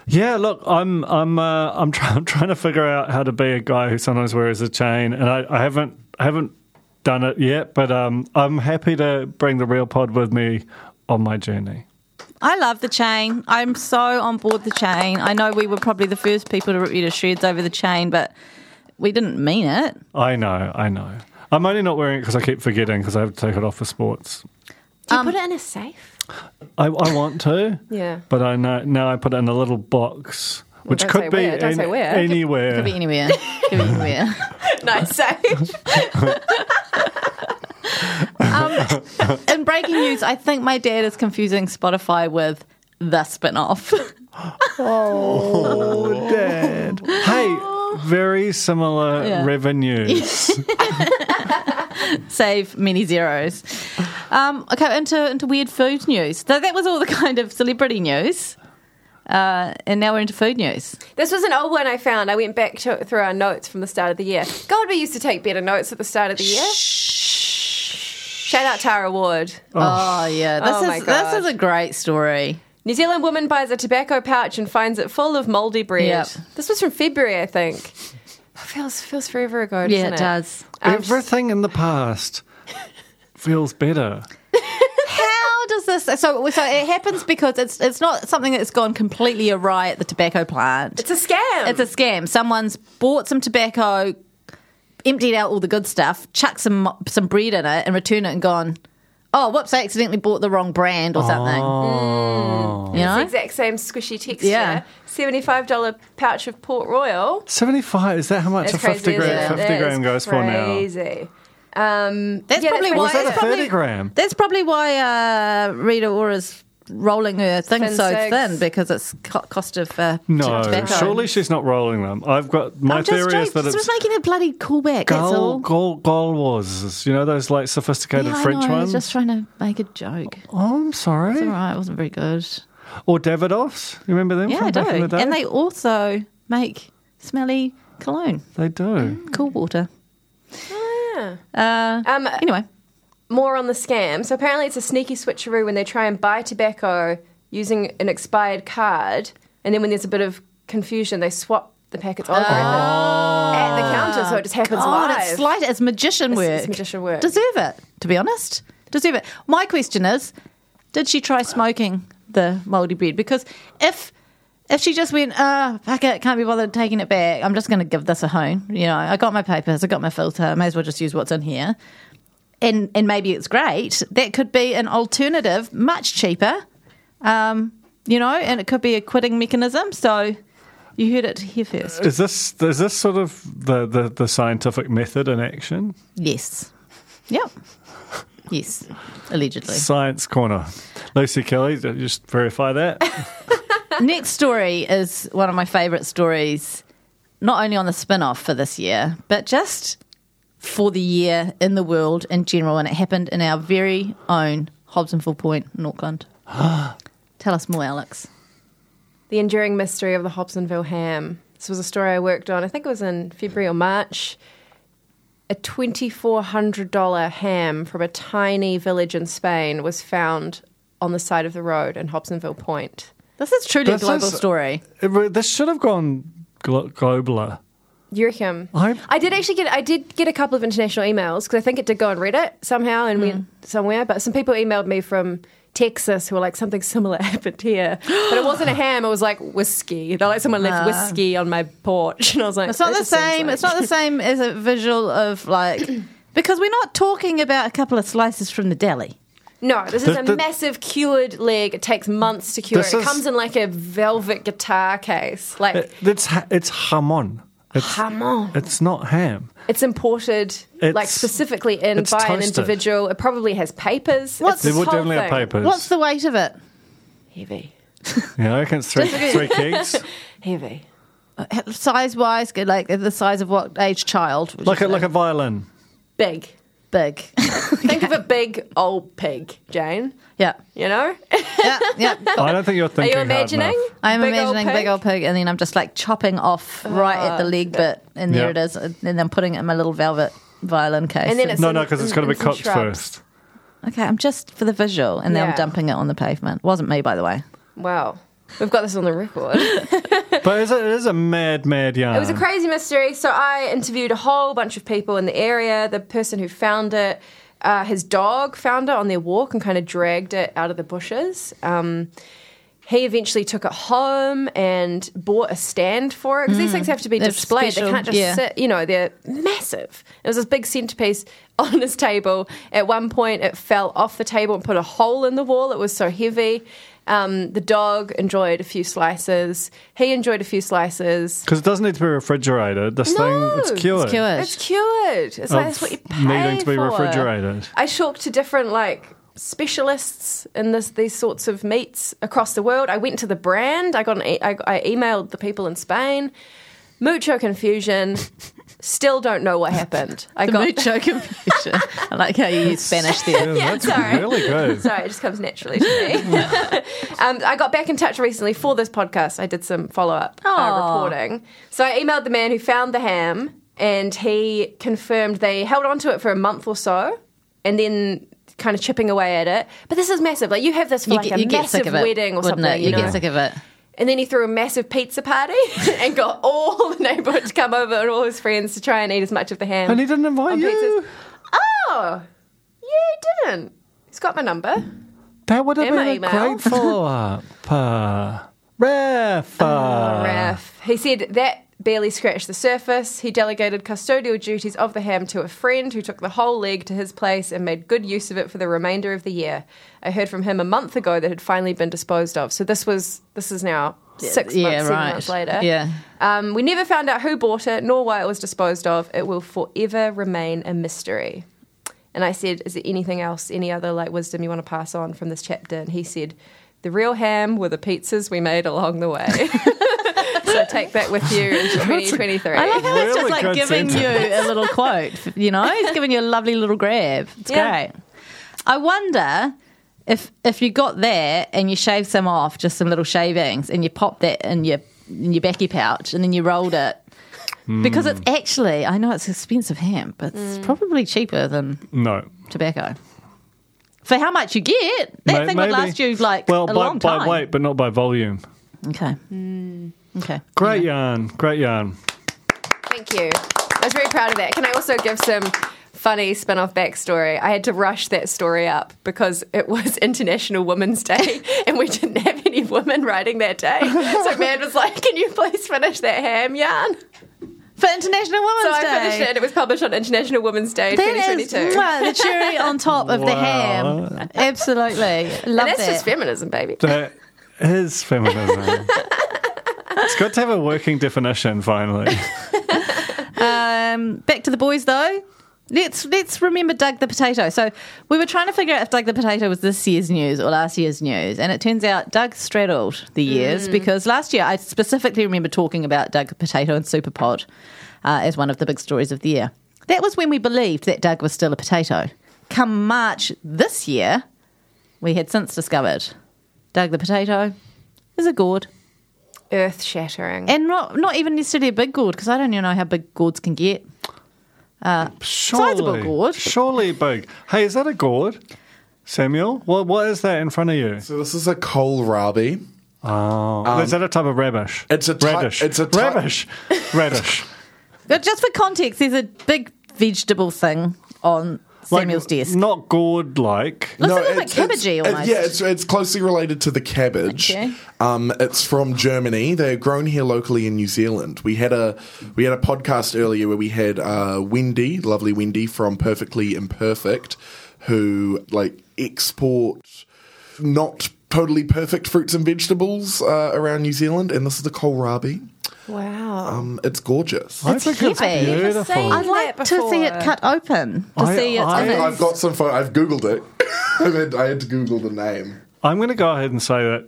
Speaker 2: yeah, look, I'm I'm uh, I'm, try- I'm trying to figure out how to be a guy who sometimes wears a chain, and I, I haven't I haven't done it yet, but um, I'm happy to bring the real pod with me on my journey.
Speaker 1: I love the chain. I'm so on board the chain. I know we were probably the first people to rip you to shreds over the chain, but we didn't mean it.
Speaker 2: I know, I know. I'm only not wearing it because I keep forgetting because I have to take it off for sports.
Speaker 3: Do you put it in a safe?
Speaker 2: I, I want to,
Speaker 3: Yeah.
Speaker 2: but I know now I put it in a little box, which
Speaker 3: don't say
Speaker 2: could be
Speaker 3: where, don't
Speaker 2: an-
Speaker 3: say where.
Speaker 2: anywhere.
Speaker 1: Could be anywhere. Could be anywhere.
Speaker 3: No safe.
Speaker 1: In breaking news, I think my dad is confusing Spotify with the spin off.
Speaker 2: Oh, Dad. Hey, very similar
Speaker 1: Yeah.
Speaker 2: revenues.
Speaker 1: Save many zeros. Um, okay, into into weird food news. So that was all the kind of celebrity news. Uh, and now we're into food news.
Speaker 3: This was an old one I found. I went back to, through our notes from the start of the year. God, we used to take better notes at the start of the year. Shout out Tara Ward.
Speaker 1: Oh, yeah, this
Speaker 3: Oh, my
Speaker 1: is this
Speaker 3: God.
Speaker 1: is a great story.
Speaker 3: New Zealand woman buys a tobacco pouch and finds it full of mouldy bread.
Speaker 1: Yep.
Speaker 3: This was from February, I think. Feels feels forever ago.
Speaker 1: Yeah,
Speaker 3: doesn't Um,
Speaker 1: it does.
Speaker 3: I'm just-
Speaker 2: Everything in the past feels better.
Speaker 1: How does this? So, so it happens because it's it's not something that's gone completely awry at the tobacco plant.
Speaker 3: It's a scam.
Speaker 1: It's a scam. Someone's bought some tobacco, emptied out all the good stuff, chucked some some bread in it, and returned it and gone. Oh, whoops! I accidentally bought the wrong brand or something.
Speaker 2: Oh.
Speaker 1: Mm. You know,
Speaker 3: exact same squishy texture.
Speaker 1: Yeah.
Speaker 3: Seventy-five dollar pouch of Port Royal.
Speaker 2: 75, is that how much
Speaker 3: It's
Speaker 2: a 50
Speaker 3: crazy.
Speaker 2: gram,
Speaker 3: isn't it?
Speaker 2: 50
Speaker 3: That
Speaker 2: gram
Speaker 3: is
Speaker 2: goes for now?
Speaker 3: Crazy. Um,
Speaker 1: That's
Speaker 3: yeah,
Speaker 1: probably
Speaker 3: pretty
Speaker 1: why-
Speaker 2: Was
Speaker 1: Well,
Speaker 2: that a
Speaker 1: it's
Speaker 2: 30
Speaker 1: probably-
Speaker 2: gram?
Speaker 1: that's probably why uh, Rita Ora's rolling her thing
Speaker 3: Thin
Speaker 1: so
Speaker 3: six.
Speaker 1: thin because it's co- cost of uh,
Speaker 2: No,
Speaker 1: tobacco.
Speaker 2: surely she's not rolling them. I've got my
Speaker 1: I'm just,
Speaker 2: theory
Speaker 1: joking.
Speaker 2: is that
Speaker 1: just
Speaker 2: it's
Speaker 1: making a bloody callback. That's
Speaker 2: Gauloises,
Speaker 1: all.
Speaker 2: you know those like sophisticated
Speaker 1: Yeah, I
Speaker 2: French
Speaker 1: know, I was
Speaker 2: ones.
Speaker 1: just trying to make a joke.
Speaker 2: Oh, I'm sorry.
Speaker 1: All right, it wasn't very good.
Speaker 2: Or Davidoffs, you remember them?
Speaker 1: Yeah,
Speaker 2: from
Speaker 1: I do.
Speaker 2: Back in the day?
Speaker 1: And they also make smelly cologne,
Speaker 2: they do.
Speaker 1: cool water.
Speaker 3: Yeah.
Speaker 1: Uh,
Speaker 3: Um,
Speaker 1: anyway,
Speaker 3: more on the scam. So apparently, it's a sneaky switcheroo when they try and buy tobacco using an expired card, and then when there's a bit of confusion, they swap the packets over at the counter, so it just happens
Speaker 1: Oh. God,
Speaker 3: live.
Speaker 1: it's Oh, slight as magician
Speaker 3: It's-
Speaker 1: work.
Speaker 3: it's magician work.
Speaker 1: Deserve it, to be honest. Deserve it. My question is, did she try smoking the mouldy bread? Because if if she just went, ah, fuck it, can't be bothered taking it back. I'm just going to give this a hone. You know, I got my papers, I got my filter. I may as well just use what's in here. And and maybe it's great. That could be an alternative, much cheaper. Um, you know, and it could be a quitting mechanism. So you heard it here first.
Speaker 2: Is this is this sort of the, the, the scientific method in action?
Speaker 1: Yes. Yep. Yes. Allegedly.
Speaker 2: Science corner. Lucy Kelly, just verify that.
Speaker 1: Next story is one of my favourite stories, not only on the spin off for this year, but just for the year in the world in general. And it happened in our very own Hobsonville Point in Auckland. Tell us more, Alex.
Speaker 3: the enduring mystery of the Hobsonville ham. This was a story I worked on. I think it was in February or March. A twenty-four hundred dollar ham from a tiny village in Spain was found on the side of the road in Hobsonville Point.
Speaker 1: This is truly
Speaker 2: This
Speaker 1: a global
Speaker 2: is-
Speaker 1: story.
Speaker 2: It re- this should have gone glo- globaler.
Speaker 3: You reckon?
Speaker 2: I-
Speaker 3: I, did actually get I did get a couple of international emails because I think it did go on Reddit somehow and
Speaker 2: Hmm.
Speaker 3: went somewhere. But some people emailed me from Texas who were like something similar happened here, but it wasn't a ham. It was like whiskey. They're like someone
Speaker 2: Ah.
Speaker 3: left whiskey on my porch, and I was like,
Speaker 1: It's not
Speaker 3: that
Speaker 1: the
Speaker 3: just seems
Speaker 1: same.
Speaker 3: like-
Speaker 1: It's not the same as a visual of like Because we're not talking about a couple of slices from the deli.
Speaker 3: No, this is
Speaker 2: The-
Speaker 3: a
Speaker 2: the-
Speaker 3: massive cured leg. It takes months to cure. It
Speaker 2: This is-
Speaker 3: comes in like a velvet guitar case. Like
Speaker 2: It, it's ha- it's hamon. It's,
Speaker 3: Jamon.
Speaker 2: It's not ham.
Speaker 3: It's imported, like
Speaker 2: It's-
Speaker 3: specifically in
Speaker 2: it's
Speaker 3: by an
Speaker 2: toasted.
Speaker 3: individual. It probably has papers.
Speaker 1: What's-
Speaker 3: it's
Speaker 2: They
Speaker 3: this
Speaker 2: would
Speaker 3: whole
Speaker 2: definitely have
Speaker 3: thing.
Speaker 2: papers.
Speaker 1: What's the weight of it?
Speaker 3: Heavy,
Speaker 2: Yeah, I reckon it's three, three kegs.
Speaker 3: heavy.
Speaker 1: Size wise, like the size of what age child?
Speaker 2: Like a, like a violin.
Speaker 3: Big.
Speaker 1: big.
Speaker 3: Think of a big old pig, Jane.
Speaker 1: yeah,
Speaker 3: You know?
Speaker 1: yeah, yeah.
Speaker 2: I don't think you're
Speaker 3: Are
Speaker 2: thinking
Speaker 3: you
Speaker 2: hard enough.
Speaker 3: imagining?
Speaker 1: I'm
Speaker 3: Big old
Speaker 1: imagining
Speaker 3: pig? Ah,
Speaker 1: big old pig, and then I'm just like chopping off right at the leg bit, and there
Speaker 2: Yeah.
Speaker 1: it is, uh, and then I'm putting it in my little velvet violin case.
Speaker 3: And then it's
Speaker 2: No,
Speaker 3: in-
Speaker 2: no, because it's
Speaker 3: in-
Speaker 2: got to be
Speaker 3: in some
Speaker 2: cooked
Speaker 3: shrubs.
Speaker 2: first.
Speaker 1: okay, I'm just for the visual, and then I'm
Speaker 3: Yeah.
Speaker 1: dumping it on the pavement. Wasn't me, by the way.
Speaker 3: Wow. We've got this on the record.
Speaker 2: But it's a, it is a mad, mad yarn.
Speaker 3: It
Speaker 1: Um,
Speaker 3: was a crazy mystery. So I interviewed a whole bunch of people in the area. The person who found it, uh, his dog found it on their walk and kind of dragged it out of the bushes. Um, he eventually took it home and bought a stand for it because these things have to be
Speaker 1: they're
Speaker 3: displayed.
Speaker 1: Hmm. special,
Speaker 3: They can't just
Speaker 1: yeah.
Speaker 3: sit. You know, they're massive. It was this big centerpiece on his table. At one point, it fell off the table and put a hole in the wall. It was so heavy. Um, the dog enjoyed a few slices. He enjoyed a few slices.
Speaker 2: Because it doesn't need to be refrigerated. This
Speaker 3: No,
Speaker 2: thing,
Speaker 3: it's
Speaker 2: it's cured.
Speaker 1: cured.
Speaker 3: It's cured. It's like that's what you pay
Speaker 2: needing to be
Speaker 3: for.
Speaker 2: refrigerated.
Speaker 3: I talked to different like specialists in this these sorts of meats across the world. I went to the brand. I got an e- I, I emailed the people in Spain. Mucho confusion. Still don't know what happened. I
Speaker 1: The
Speaker 3: got
Speaker 1: mucho confusion. I like how you use Spanish there.
Speaker 2: Yeah, that's
Speaker 3: sorry.
Speaker 2: really good.
Speaker 3: Sorry, it just comes naturally to me. um, I got back in touch recently for this podcast. I did some follow up
Speaker 1: Aw.
Speaker 3: uh, reporting. So I emailed the man who found the ham, and he confirmed they held on to it for a month or so, and then kind of chipping away at it. But this is massive. Like you have this for
Speaker 1: You,
Speaker 3: like
Speaker 1: get,
Speaker 3: a
Speaker 1: you get
Speaker 3: massive
Speaker 1: sick of it,
Speaker 3: wedding or
Speaker 1: wouldn't
Speaker 3: something.
Speaker 1: it? You,
Speaker 3: You, know?
Speaker 1: get sick of it.
Speaker 3: And then he threw a massive pizza party and got all the neighborhood to come over and all his friends to try and eat as much of the ham.
Speaker 2: And he didn't invite
Speaker 3: on
Speaker 2: you.
Speaker 3: pizzas. Oh, yeah, he didn't. He's got my number.
Speaker 2: That would have
Speaker 3: In my
Speaker 2: been a
Speaker 3: email.
Speaker 2: great follow-up. Uh, ref. uh,
Speaker 1: Ah. Oh,
Speaker 3: Ref. He said that barely scratched the surface. He delegated custodial duties of the ham to a friend who took the whole leg to his place and made good use of it for the remainder of the year. I heard from him a month ago that it had finally been disposed of. So this was this is now six
Speaker 1: yeah,
Speaker 3: months, seven
Speaker 1: right.
Speaker 3: months later.
Speaker 1: Yeah.
Speaker 3: Um, we never found out who bought it nor why it was disposed of. It will forever remain a mystery. And I said, Is there anything else, any other like wisdom you want to pass on from this chapter? And he said, The real ham were the pizzas we made along the way. so take that with you in 2023.
Speaker 1: I like how it's just
Speaker 2: Really
Speaker 1: like
Speaker 2: good
Speaker 1: giving you a little quote. You know, he's giving you a lovely little grab. It's
Speaker 3: Yeah.
Speaker 1: great. I wonder if if you got that and you shaved some off, just some little shavings, and you popped that in your in your backy pouch, and then you rolled it.
Speaker 2: Hmm.
Speaker 1: Because it's actually, I know it's expensive ham, but it's probably cheaper than
Speaker 2: No.
Speaker 1: tobacco. For how much you get, that
Speaker 2: May-
Speaker 1: thing would
Speaker 2: maybe.
Speaker 1: last you like
Speaker 2: well,
Speaker 1: a
Speaker 2: by,
Speaker 1: long time.
Speaker 2: by weight, Hmm. but not by volume.
Speaker 1: Okay. Okay.
Speaker 2: Great yarn. Great yarn.
Speaker 3: Thank you. I was very proud of that. Can I also give some funny spin off backstory? I had to rush that story up because it was International Women's Day and we didn't have any women writing that day. So man was like, Can you please finish that ham yarn?
Speaker 1: For International Women's
Speaker 3: So
Speaker 1: Day.
Speaker 3: I finished it. It was published on International Women's Day
Speaker 1: That is
Speaker 3: 2022.
Speaker 1: mwah, the cherry on top of the
Speaker 2: Wow.
Speaker 1: ham. Absolutely. Love
Speaker 3: and that's
Speaker 1: that.
Speaker 3: just feminism, baby.
Speaker 2: That is feminism. it's good to have a working definition finally.
Speaker 1: um, back to the boys though. Let's let's remember Doug the potato. So we were trying to figure out if Doug the potato was this year's news or last year's news, and it turns out Doug straddled the years because last year I specifically remember talking about Doug the potato and Superpod uh, as one of the big stories of the year. That was when we believed that Doug was still a potato. Come March this year, we had since discovered Doug the potato is a gourd
Speaker 3: Earth shattering.
Speaker 1: and not not even necessarily a big gourd because I don't even know how big gourds can get.
Speaker 2: Surely,
Speaker 1: gourd.
Speaker 2: Surely big. Hey, is that a gourd, Samuel? What what is that in front of you?
Speaker 6: So this is a kohlrabi.
Speaker 2: Oh, is that a type of radish?
Speaker 6: It's a ty-
Speaker 2: radish.
Speaker 6: it's a ty-
Speaker 2: radish. radish.
Speaker 1: But just for context, there's a big vegetable thing on Samuel's desk.
Speaker 2: Not gourd like.
Speaker 1: Looks a little bit cabbagey
Speaker 6: it's, it-
Speaker 1: almost.
Speaker 6: yeah, it's, it's closely related to the cabbage.
Speaker 1: Okay.
Speaker 6: Um, it's from Germany. They're grown here locally in New Zealand. We had a we had a podcast earlier where we had uh, Wendy, lovely Wendy from Perfectly Imperfect, who like export not totally perfect fruits and vegetables uh, around New Zealand, and this is the kohlrabi.
Speaker 3: Wow.
Speaker 6: Um, it's gorgeous.
Speaker 2: I think it's
Speaker 1: heavy. Never
Speaker 2: beautiful.
Speaker 3: seen
Speaker 1: I'd like
Speaker 3: that
Speaker 1: to see
Speaker 3: before. uh,
Speaker 1: it cut open to
Speaker 2: I-
Speaker 1: see it.
Speaker 2: I-
Speaker 1: in its-
Speaker 6: I've got some. Fo- I've googled it. I, had, I had to Google the name.
Speaker 2: I'm going to go ahead and say that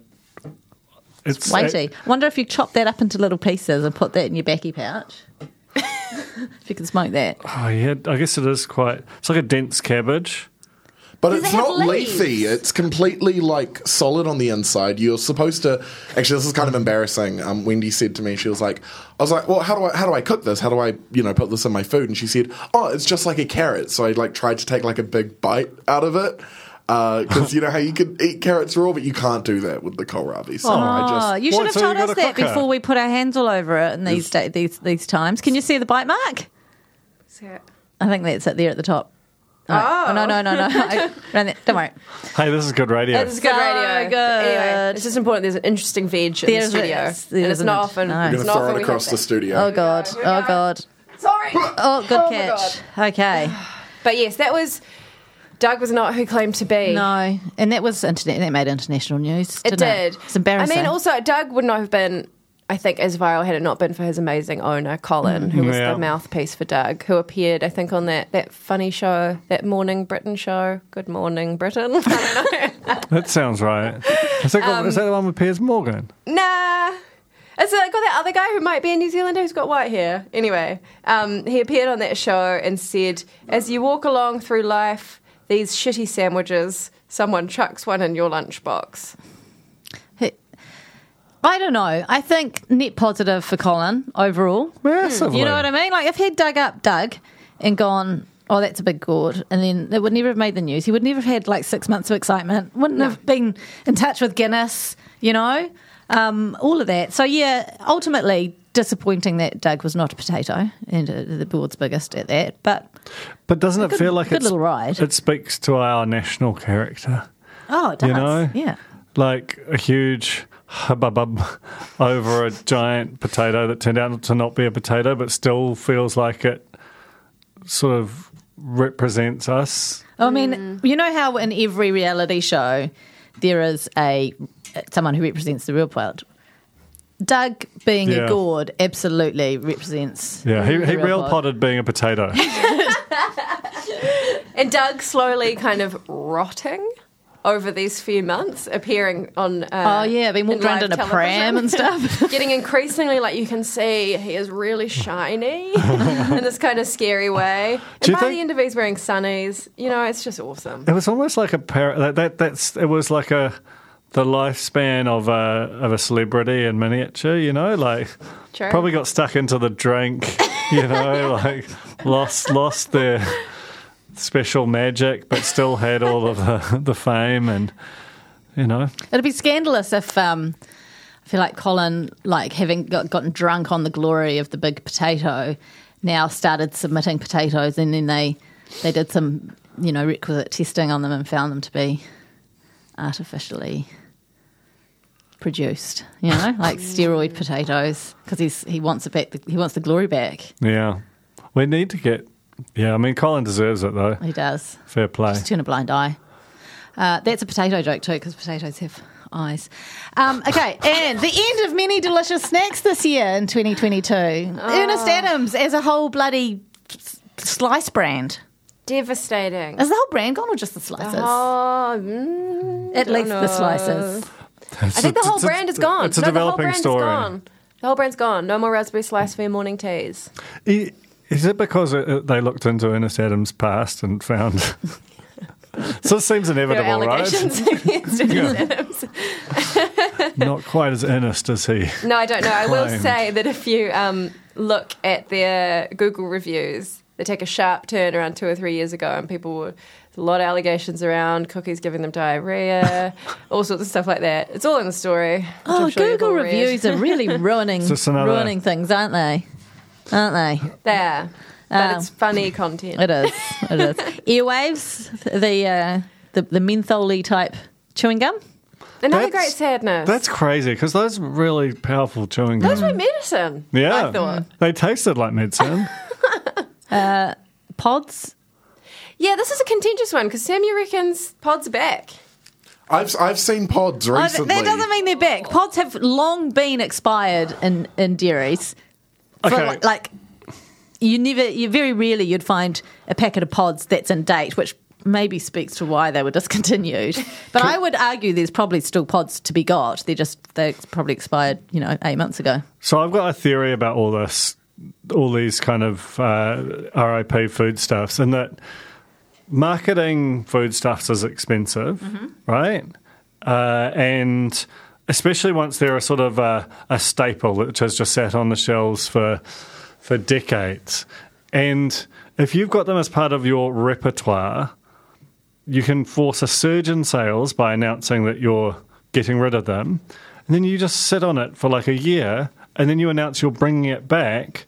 Speaker 2: it's
Speaker 1: weighty. Wonder if you chop that up into little pieces and put that in your backy pouch. if you can smoke that.
Speaker 2: oh, yeah, I guess it is quite. It's like a dense cabbage.
Speaker 6: But
Speaker 1: Does
Speaker 6: it's
Speaker 1: it have
Speaker 6: not
Speaker 1: leaves?
Speaker 6: leafy. It's completely like solid on the inside. You're supposed to. Actually, this is
Speaker 1: Mm.
Speaker 6: kind of embarrassing. Um, Wendy said to me, she was like, "I was like, well, how do I how do I cook this? How do I you know put this in my food?" And she said, "Oh, it's just like a carrot." So I like tried to take like a big bite out of it because you know how you could eat carrots raw, but you can't do that with the kohlrabi. So I
Speaker 1: Oh,
Speaker 6: just
Speaker 1: you should
Speaker 2: What,
Speaker 1: have
Speaker 2: so
Speaker 1: told
Speaker 2: you got
Speaker 1: us
Speaker 2: a
Speaker 1: that
Speaker 2: cracker?
Speaker 1: before we put our hands all over it in these da- these these times. Can you see the bite mark?
Speaker 3: See it.
Speaker 1: I think that's it there at the top. Right.
Speaker 3: Oh.
Speaker 1: no no no no! I, around there. Don't worry.
Speaker 2: Hey, this is good radio.
Speaker 3: This is good
Speaker 1: So
Speaker 3: radio.
Speaker 1: good.
Speaker 3: Anyway, it's just important. There's an interesting veg in
Speaker 1: There's
Speaker 3: the studio,
Speaker 1: it. It's-
Speaker 3: and it's
Speaker 1: isn't
Speaker 3: not
Speaker 1: it?
Speaker 3: often.
Speaker 1: No. You're
Speaker 6: gonna
Speaker 3: It's not
Speaker 6: throw
Speaker 3: often
Speaker 6: it
Speaker 3: we
Speaker 6: across
Speaker 3: have
Speaker 6: the
Speaker 3: that.
Speaker 6: studio.
Speaker 1: Oh god!
Speaker 3: we
Speaker 1: Oh
Speaker 3: are.
Speaker 1: god!
Speaker 3: Sorry.
Speaker 1: Oh good
Speaker 3: my
Speaker 1: catch. Okay.
Speaker 3: But yes, that was. Doug was not who claimed to be.
Speaker 1: No, and that was internet. That made international news.
Speaker 3: it
Speaker 1: didn't
Speaker 3: did.
Speaker 1: It's embarrassing.
Speaker 3: I mean, also Doug would not have been. I think as viral had it not been for his amazing owner Colin, who was
Speaker 2: Yeah.
Speaker 3: the mouthpiece for Doug, who appeared I think on that, that funny show, that Morning Britain show, Good Morning Britain. I don't know.
Speaker 2: that sounds right. Is that, is that the one with Piers Morgan?
Speaker 3: Nah. It's like got that other guy who might be a New Zealander who's got white hair. Anyway, um, he appeared on that show and said, As you walk along through life, these shitty sandwiches, someone chucks one in your lunchbox.
Speaker 1: I don't know. I think net positive for Colin overall.
Speaker 2: Massively.
Speaker 1: You know what I mean? Like if he'd dug up Doug and gone, oh, that's a big gourd, and then it would never have made the news. He would never have had like six months of excitement. Wouldn't have been in touch with Guinness. You know, um, all of that. So yeah, ultimately disappointing that Doug was not a potato and uh, the board's biggest at that. But
Speaker 2: But doesn't it
Speaker 1: Good-
Speaker 2: feel like
Speaker 1: good
Speaker 2: it's,
Speaker 1: little ride.
Speaker 2: it speaks to our national character?
Speaker 1: oh, it does.
Speaker 2: You know?
Speaker 1: Yeah.
Speaker 2: Like a huge hubbub over a giant potato that turned out to not be a potato, but still feels like it sort of represents us.
Speaker 1: I mean, you know how in every reality show there is a someone who represents the real world. Doug being
Speaker 2: Yeah.
Speaker 1: a gourd absolutely represents.
Speaker 2: Yeah, he,
Speaker 1: the
Speaker 2: he real
Speaker 1: Mm, pod.
Speaker 2: potted being a potato.
Speaker 3: And Doug slowly kind of rotting over these few months, appearing on. Uh,
Speaker 1: Oh yeah, being walked around
Speaker 3: live
Speaker 1: in a pram
Speaker 3: television.
Speaker 1: and stuff.
Speaker 3: Getting increasingly, like you can see, he is really shiny in this kind of scary way.
Speaker 2: Do
Speaker 3: And
Speaker 2: you
Speaker 3: by
Speaker 2: think-
Speaker 3: the end of it, he's wearing sunnies. You know, it's just awesome.
Speaker 2: It was almost like a par- that, that that's it was like a the lifespan of a of a celebrity in miniature, you know, like
Speaker 3: Sure.
Speaker 2: probably got stuck into the drink, you know, like lost lost their special magic, but still had all of the, the fame and you know
Speaker 1: It'd be scandalous if um, I feel like Colin, like having got, gotten drunk on the glory of the big potato, now started submitting potatoes, and then they they did some you know requisite testing on them and found them to be artificially produced. You know, like steroid potatoes because he's he wants it back. The, he wants the glory back.
Speaker 2: yeah. We need to get yeah, I mean Colin deserves it though.
Speaker 1: He does.
Speaker 2: Fair play.
Speaker 1: Just turn a blind eye. Uh, that's a potato joke too, because potatoes have eyes. Um, okay, and the end of many delicious snacks this year in 2022. Ernest Adams as a whole bloody s- slice brand.
Speaker 3: Devastating.
Speaker 1: Is the whole brand gone or just the slices?
Speaker 3: Oh, mm,
Speaker 1: At least
Speaker 3: know.
Speaker 1: the slices.
Speaker 3: I think the whole brand is gone.
Speaker 2: It's a
Speaker 3: No,
Speaker 2: developing
Speaker 3: the whole
Speaker 2: story.
Speaker 3: brand Is gone. The whole brand's gone. No more raspberry slice for your morning teas.
Speaker 2: I- Is it because it, it- they looked into Ernest Adams' past and found? so it seems
Speaker 3: There are
Speaker 2: inevitable, right?
Speaker 3: allegations against Ernest Adams.
Speaker 2: Not quite as earnest as he.
Speaker 3: No, I don't know. I will
Speaker 2: Claimed.
Speaker 3: say that if you um, look at their Google reviews, they take a sharp turn around two or three years ago, and people were there's a lot of allegations around cookies giving them diarrhea, all sorts of stuff like that. It's all in the story. which
Speaker 1: Oh,
Speaker 3: I'm sure you've
Speaker 1: Google
Speaker 3: all read.
Speaker 1: reviews are really ruining
Speaker 2: just another-
Speaker 1: ruining things, aren't they? Aren't they?
Speaker 3: There. But
Speaker 1: Um,
Speaker 3: it's funny content.
Speaker 1: It is. It is. Earwaves, the uh, the, the mentholy type chewing gum.
Speaker 3: Another
Speaker 2: That's-
Speaker 3: great sadness.
Speaker 2: That's crazy because those are really powerful chewing gum.
Speaker 3: Those were medicine.
Speaker 2: Mm. yeah,
Speaker 3: I thought.
Speaker 2: they tasted like medicine.
Speaker 1: Pods.
Speaker 3: Yeah, this is a contentious one because Samuel reckons Pod's back.
Speaker 6: I've I've seen pods
Speaker 1: Oh,
Speaker 6: recently.
Speaker 1: that doesn't mean they're back. Pods have long been expired in, in dairies. For
Speaker 2: Okay.
Speaker 1: li- like you never you very rarely you'd find a packet of pods that's in date, which maybe speaks to why they were discontinued. But I would argue there's probably still pods to be got. They're just they probably expired, you know, eight months ago.
Speaker 2: So I've got a theory about all this, all these kind of uh, RIP foodstuffs, and that marketing foodstuffs is expensive, right? Uh, and especially once they're a sort of a, a staple which has just sat on the shelves for for decades, and if you've got them as part of your repertoire, you can force a surge in sales by announcing that you're getting rid of them. And then you just sit on it for like a year and then you announce you're bringing it back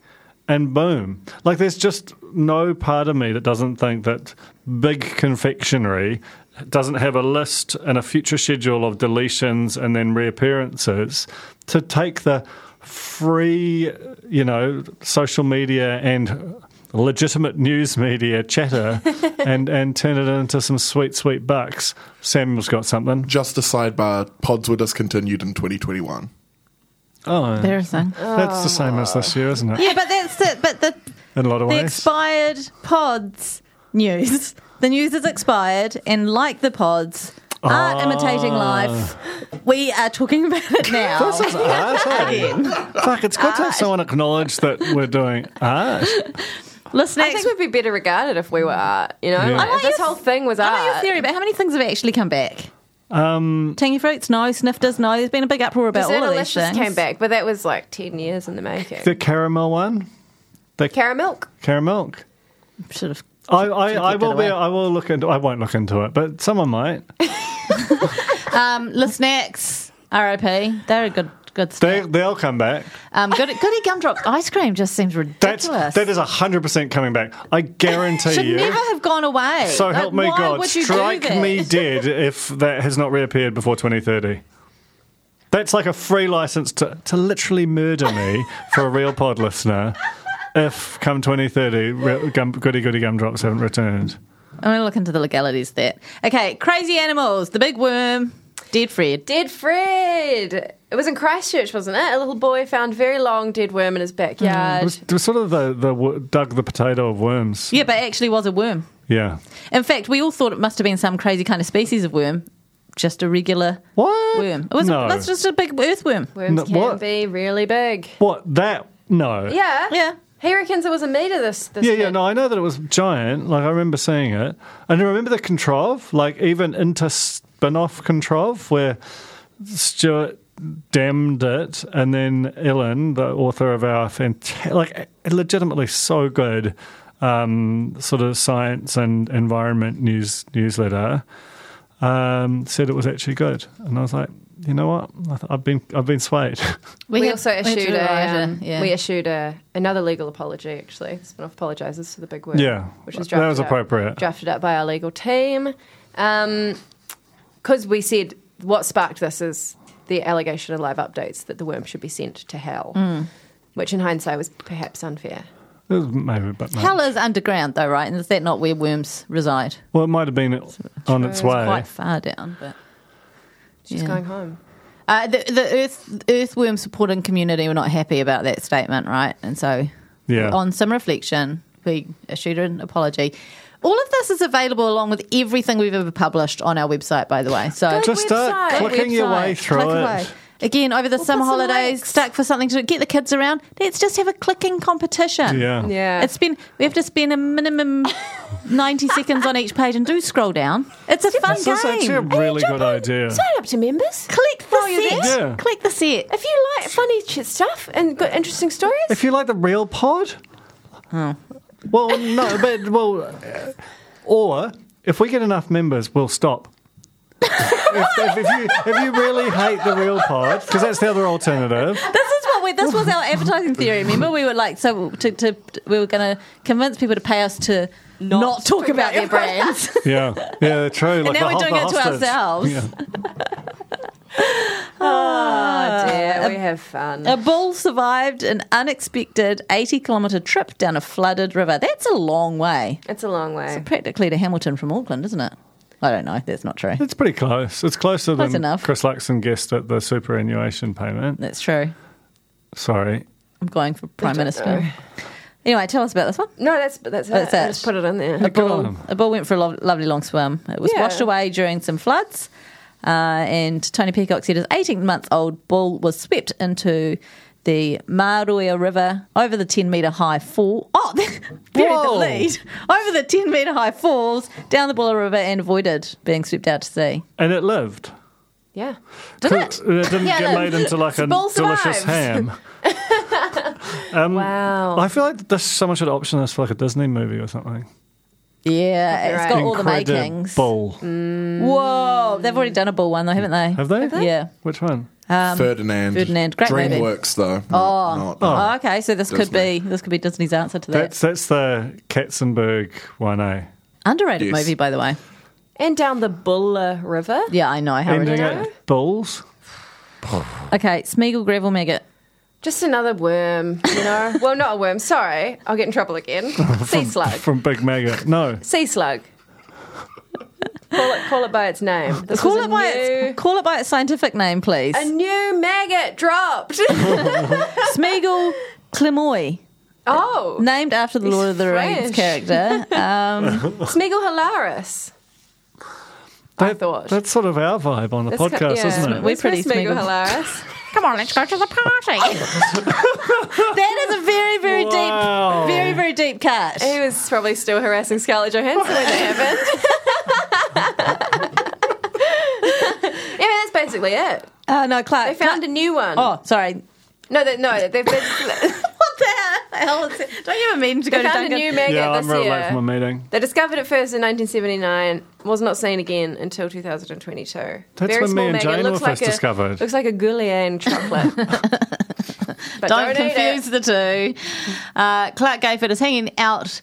Speaker 2: and boom. Like there's just no part of me that doesn't think that big confectionery doesn't have a list and a future schedule of deletions and then reappearances to take the free, you know, social media and legitimate news media chatter and, and turn it into some sweet, sweet bucks. Samuel's got something.
Speaker 6: Just a sidebar: pods were discontinued in 2021.
Speaker 2: Oh,
Speaker 1: There is none.
Speaker 2: that's the same as this year, isn't it?
Speaker 1: Yeah, but that's it. But the
Speaker 2: In a lot of
Speaker 1: the
Speaker 2: ways.
Speaker 1: expired pods news. The news is expired, and like the pods,
Speaker 2: Ah.
Speaker 1: art imitating life. We are talking about it now.
Speaker 2: This is art. eh? Fuck, it's good to have someone acknowledge that we're doing art.
Speaker 1: Let's
Speaker 3: I think
Speaker 1: next.
Speaker 3: we'd be better regarded if we were art, you know? Like,
Speaker 2: I
Speaker 1: like
Speaker 3: if this
Speaker 1: your-
Speaker 3: whole thing was
Speaker 1: I know your
Speaker 3: art.
Speaker 1: theory about how many things have actually come back. Um, Tangy fruits, no. Snifters, no. There's been a big uproar about all of these
Speaker 3: Dessertalicious
Speaker 1: things.
Speaker 3: came back, but that was like 10 years in the making.
Speaker 2: The caramel one? The
Speaker 3: Caramel.
Speaker 2: caramel.
Speaker 1: Should have.
Speaker 2: I, I, I
Speaker 1: keep that
Speaker 2: will be,
Speaker 1: away.
Speaker 2: I will look into I won't look into it, but someone might.
Speaker 1: Um, let's next. R.I.P. They're a good, good
Speaker 2: They,
Speaker 1: snack.
Speaker 2: they'll come back.
Speaker 1: Um, goody, goody gumdrop ice cream just seems ridiculous.
Speaker 2: That's, that is 100% coming back. I guarantee
Speaker 1: should
Speaker 2: you.
Speaker 1: never have gone away.
Speaker 2: So
Speaker 1: Like,
Speaker 2: help me
Speaker 1: why
Speaker 2: God,
Speaker 1: would you do
Speaker 2: strike
Speaker 1: that?
Speaker 2: me dead if that has not reappeared before 2030. That's like a free license to, to literally murder me for a real pod listener if come 2030 re- gum, goody goody gumdrops haven't returned.
Speaker 1: I'm going to look into the legalities there. Okay, crazy animals. The big worm, dead Fred.
Speaker 3: Dead Fred. It was in Christchurch, wasn't it? A little boy found very long dead worm in his backyard.
Speaker 2: Mm. It was, it was sort of the, the wo- Doug the potato of worms.
Speaker 1: Yeah, but it actually was a worm.
Speaker 2: Yeah.
Speaker 1: In fact, we all thought it must have been some crazy kind of species of worm, just a regular
Speaker 2: What?
Speaker 1: worm. It was.
Speaker 2: no.
Speaker 1: That's just a big earthworm.
Speaker 3: Worms
Speaker 2: No,
Speaker 3: can
Speaker 2: what?
Speaker 3: be really big.
Speaker 2: What? That? No.
Speaker 3: Yeah.
Speaker 1: Yeah.
Speaker 3: He reckons it was a meter this this
Speaker 2: Yeah, yeah,
Speaker 3: big.
Speaker 2: no, I know that it was giant. Like, I remember seeing it. And I remember the Controv, like, even into spin off Controv, where Stuart damned it. And then Ellen, the author of our fantastic, like, legitimately so good um, sort of science and environment news newsletter, um, said it was actually good. And I was like, you know what? I th- I've been I've been swayed.
Speaker 3: We,
Speaker 1: had-
Speaker 3: also
Speaker 1: we had to
Speaker 3: issued a,
Speaker 1: write
Speaker 3: um,
Speaker 1: yeah.
Speaker 3: we issued a, another legal apology. Actually, Spinoff apologises for the big word.
Speaker 2: Yeah,
Speaker 3: which was
Speaker 2: that
Speaker 3: drafted
Speaker 2: was
Speaker 3: up-
Speaker 2: appropriate.
Speaker 3: drafted up by our legal team, because we said what sparked this is the allegation in live updates that the worm should be sent to hell,
Speaker 1: Hmm.
Speaker 3: which in hindsight was perhaps unfair.
Speaker 2: It was maybe, but no.
Speaker 1: Hell is underground, though, right? And is that not where worms reside?
Speaker 2: Well, it might have been on its way.
Speaker 1: Quite far down, but.
Speaker 3: She's
Speaker 1: Yeah.
Speaker 3: going home.
Speaker 1: Uh, the, the Earth Earthworm supporting community were not happy about that statement, right? And so,
Speaker 2: Yeah.
Speaker 1: on some reflection, we issued an apology. All of this is available along with everything we've ever published on our website, by the way. So
Speaker 2: Just start
Speaker 3: website.
Speaker 2: clicking your way
Speaker 1: Website.
Speaker 2: through
Speaker 1: Click
Speaker 2: it.
Speaker 1: away. Again, over the summer
Speaker 3: put some
Speaker 1: holidays,
Speaker 3: links.
Speaker 1: stuck for something to do, get the kids around. Let's just have a clicking competition.
Speaker 2: Yeah.
Speaker 3: Yeah,
Speaker 1: It's been we have to spend a minimum ninety seconds on each page and do scroll down. It's a fun
Speaker 2: This
Speaker 1: game.
Speaker 2: is actually a really good idea.
Speaker 3: sign up to members.
Speaker 1: Click
Speaker 3: While
Speaker 1: the
Speaker 3: you're
Speaker 1: set.
Speaker 2: there. Yeah.
Speaker 1: Click the set.
Speaker 3: If you like funny ch- stuff and good, interesting stories,
Speaker 2: If you like the real pod,
Speaker 1: Oh.
Speaker 2: well, no, but well, uh, or if we get enough members, we'll stop. if, if, if you if you really hate the real pod, because that's the other alternative.
Speaker 1: This is what we, this was our advertising theory. Remember, we were like, so to, to we were going to convince people to pay us to not, talk, about, their brands.
Speaker 2: Yeah, yeah, true.
Speaker 1: and now
Speaker 2: like the
Speaker 1: we're
Speaker 2: ho-
Speaker 1: doing
Speaker 2: the
Speaker 1: it to
Speaker 2: hostage.
Speaker 1: ourselves.
Speaker 2: Yeah.
Speaker 3: Oh dear, we have fun.
Speaker 1: A bull survived an unexpected 80 kilometre trip down a flooded river. That's a long way,
Speaker 3: It's a long
Speaker 1: Oh.
Speaker 3: way.
Speaker 1: practically to Hamilton from Auckland, isn't it? I don't know. That's not true.
Speaker 2: It's pretty close. It's closer
Speaker 1: Close
Speaker 2: than
Speaker 1: enough.
Speaker 2: Chris Luxon guessed at the superannuation payment.
Speaker 1: That's true.
Speaker 2: Sorry.
Speaker 1: I'm going for Prime
Speaker 3: don't
Speaker 1: Minister. Anyway, tell us about this one.
Speaker 3: No, that's that's,
Speaker 1: That's
Speaker 3: it.
Speaker 1: it.
Speaker 3: I just put it in there.
Speaker 1: A bull,
Speaker 2: on.
Speaker 1: a bull went for a lo- lovely long swim. It was
Speaker 3: Yeah.
Speaker 1: washed away during some floods. Uh, and Tony Peacock said his 18 month old bull was swept into the Maruia River over the 10 metre high fall. Oh, buried the
Speaker 2: Whoa.
Speaker 1: lead. Over the 10 metre high falls, down the Buller River, and avoided being swept out to sea.
Speaker 2: And it lived.
Speaker 3: Yeah.
Speaker 1: Did
Speaker 2: Cool.
Speaker 1: it?
Speaker 2: didn't
Speaker 1: Yeah,
Speaker 2: get
Speaker 1: the-
Speaker 2: made into like a
Speaker 3: Bull
Speaker 2: delicious
Speaker 3: survives.
Speaker 2: ham. um,
Speaker 3: Wow.
Speaker 2: I feel like this someone should option this for like a Disney movie or something.
Speaker 1: Yeah, it's got
Speaker 3: Right.
Speaker 1: all the makings.
Speaker 2: Incredible.
Speaker 1: Whoa, Oh, they've already done a bull one, though, haven't they?
Speaker 2: Mm. Have they?
Speaker 1: Yeah.
Speaker 2: Which one?
Speaker 6: Ferdinand.
Speaker 1: Um, Ferdinand, great movie.
Speaker 6: DreamWorks though. Oh,
Speaker 1: Oh, okay, so this could
Speaker 6: Disney.
Speaker 1: be this could be Disney's answer to that.
Speaker 2: That's that's the Katzenberg one, eh?
Speaker 1: Underrated
Speaker 6: Yes.
Speaker 1: movie, by the way.
Speaker 3: And down the Bulla River.
Speaker 1: Yeah, I know. How
Speaker 2: Ending
Speaker 1: ridiculous.
Speaker 2: at Bulls.
Speaker 1: Okay, Smeagol Gravel Maggot.
Speaker 3: Just another worm, you know? well, not a worm. Sorry. I'll get in trouble again. sea slug.
Speaker 2: From Big Maggot. No.
Speaker 3: Sea slug. call it call it by its name. This
Speaker 1: Call
Speaker 3: was
Speaker 1: it
Speaker 3: a
Speaker 1: by
Speaker 3: new,
Speaker 1: its call it by its scientific name, please.
Speaker 3: a new maggot dropped.
Speaker 1: Smeagol Clemoy,
Speaker 3: oh,
Speaker 1: named after the Lord of the Rings
Speaker 3: French.
Speaker 1: character. Um,
Speaker 3: Smeagol hilaris. I
Speaker 2: That-
Speaker 3: thought.
Speaker 2: That's sort of our vibe on the
Speaker 3: It's
Speaker 2: podcast,
Speaker 3: got- yeah.
Speaker 2: isn't it?
Speaker 1: We're
Speaker 3: It's got
Speaker 1: pretty
Speaker 3: Smeagol
Speaker 1: Smeagol.
Speaker 3: hilaris.
Speaker 1: come on, let's go to the party. that is a very, very
Speaker 2: Wow.
Speaker 1: deep, very, very deep cut.
Speaker 3: He was probably still harassing Scarlett Johansson when that happened. yeah, that's basically it.
Speaker 1: Uh, no, Clark.
Speaker 3: They found a
Speaker 1: Clark-
Speaker 3: new one.
Speaker 1: Oh, sorry.
Speaker 3: No, they, no, they've, they've, they
Speaker 1: What the hell is it? Don't you ever mean to go to
Speaker 3: found a
Speaker 1: Duncan?
Speaker 3: new maggot
Speaker 2: yeah,
Speaker 3: this
Speaker 2: I'm real
Speaker 3: year.
Speaker 2: late for my meeting.
Speaker 3: They discovered it first in 1979. Was not seen again until 2022. That's
Speaker 2: when me and Jane were first
Speaker 3: like
Speaker 2: discovered.
Speaker 3: A, looks like a Goulian chocolate. but
Speaker 1: Don't,
Speaker 3: don't,
Speaker 1: confuse
Speaker 3: Eat it.
Speaker 1: the two. Uh, Clark Gayford is hanging out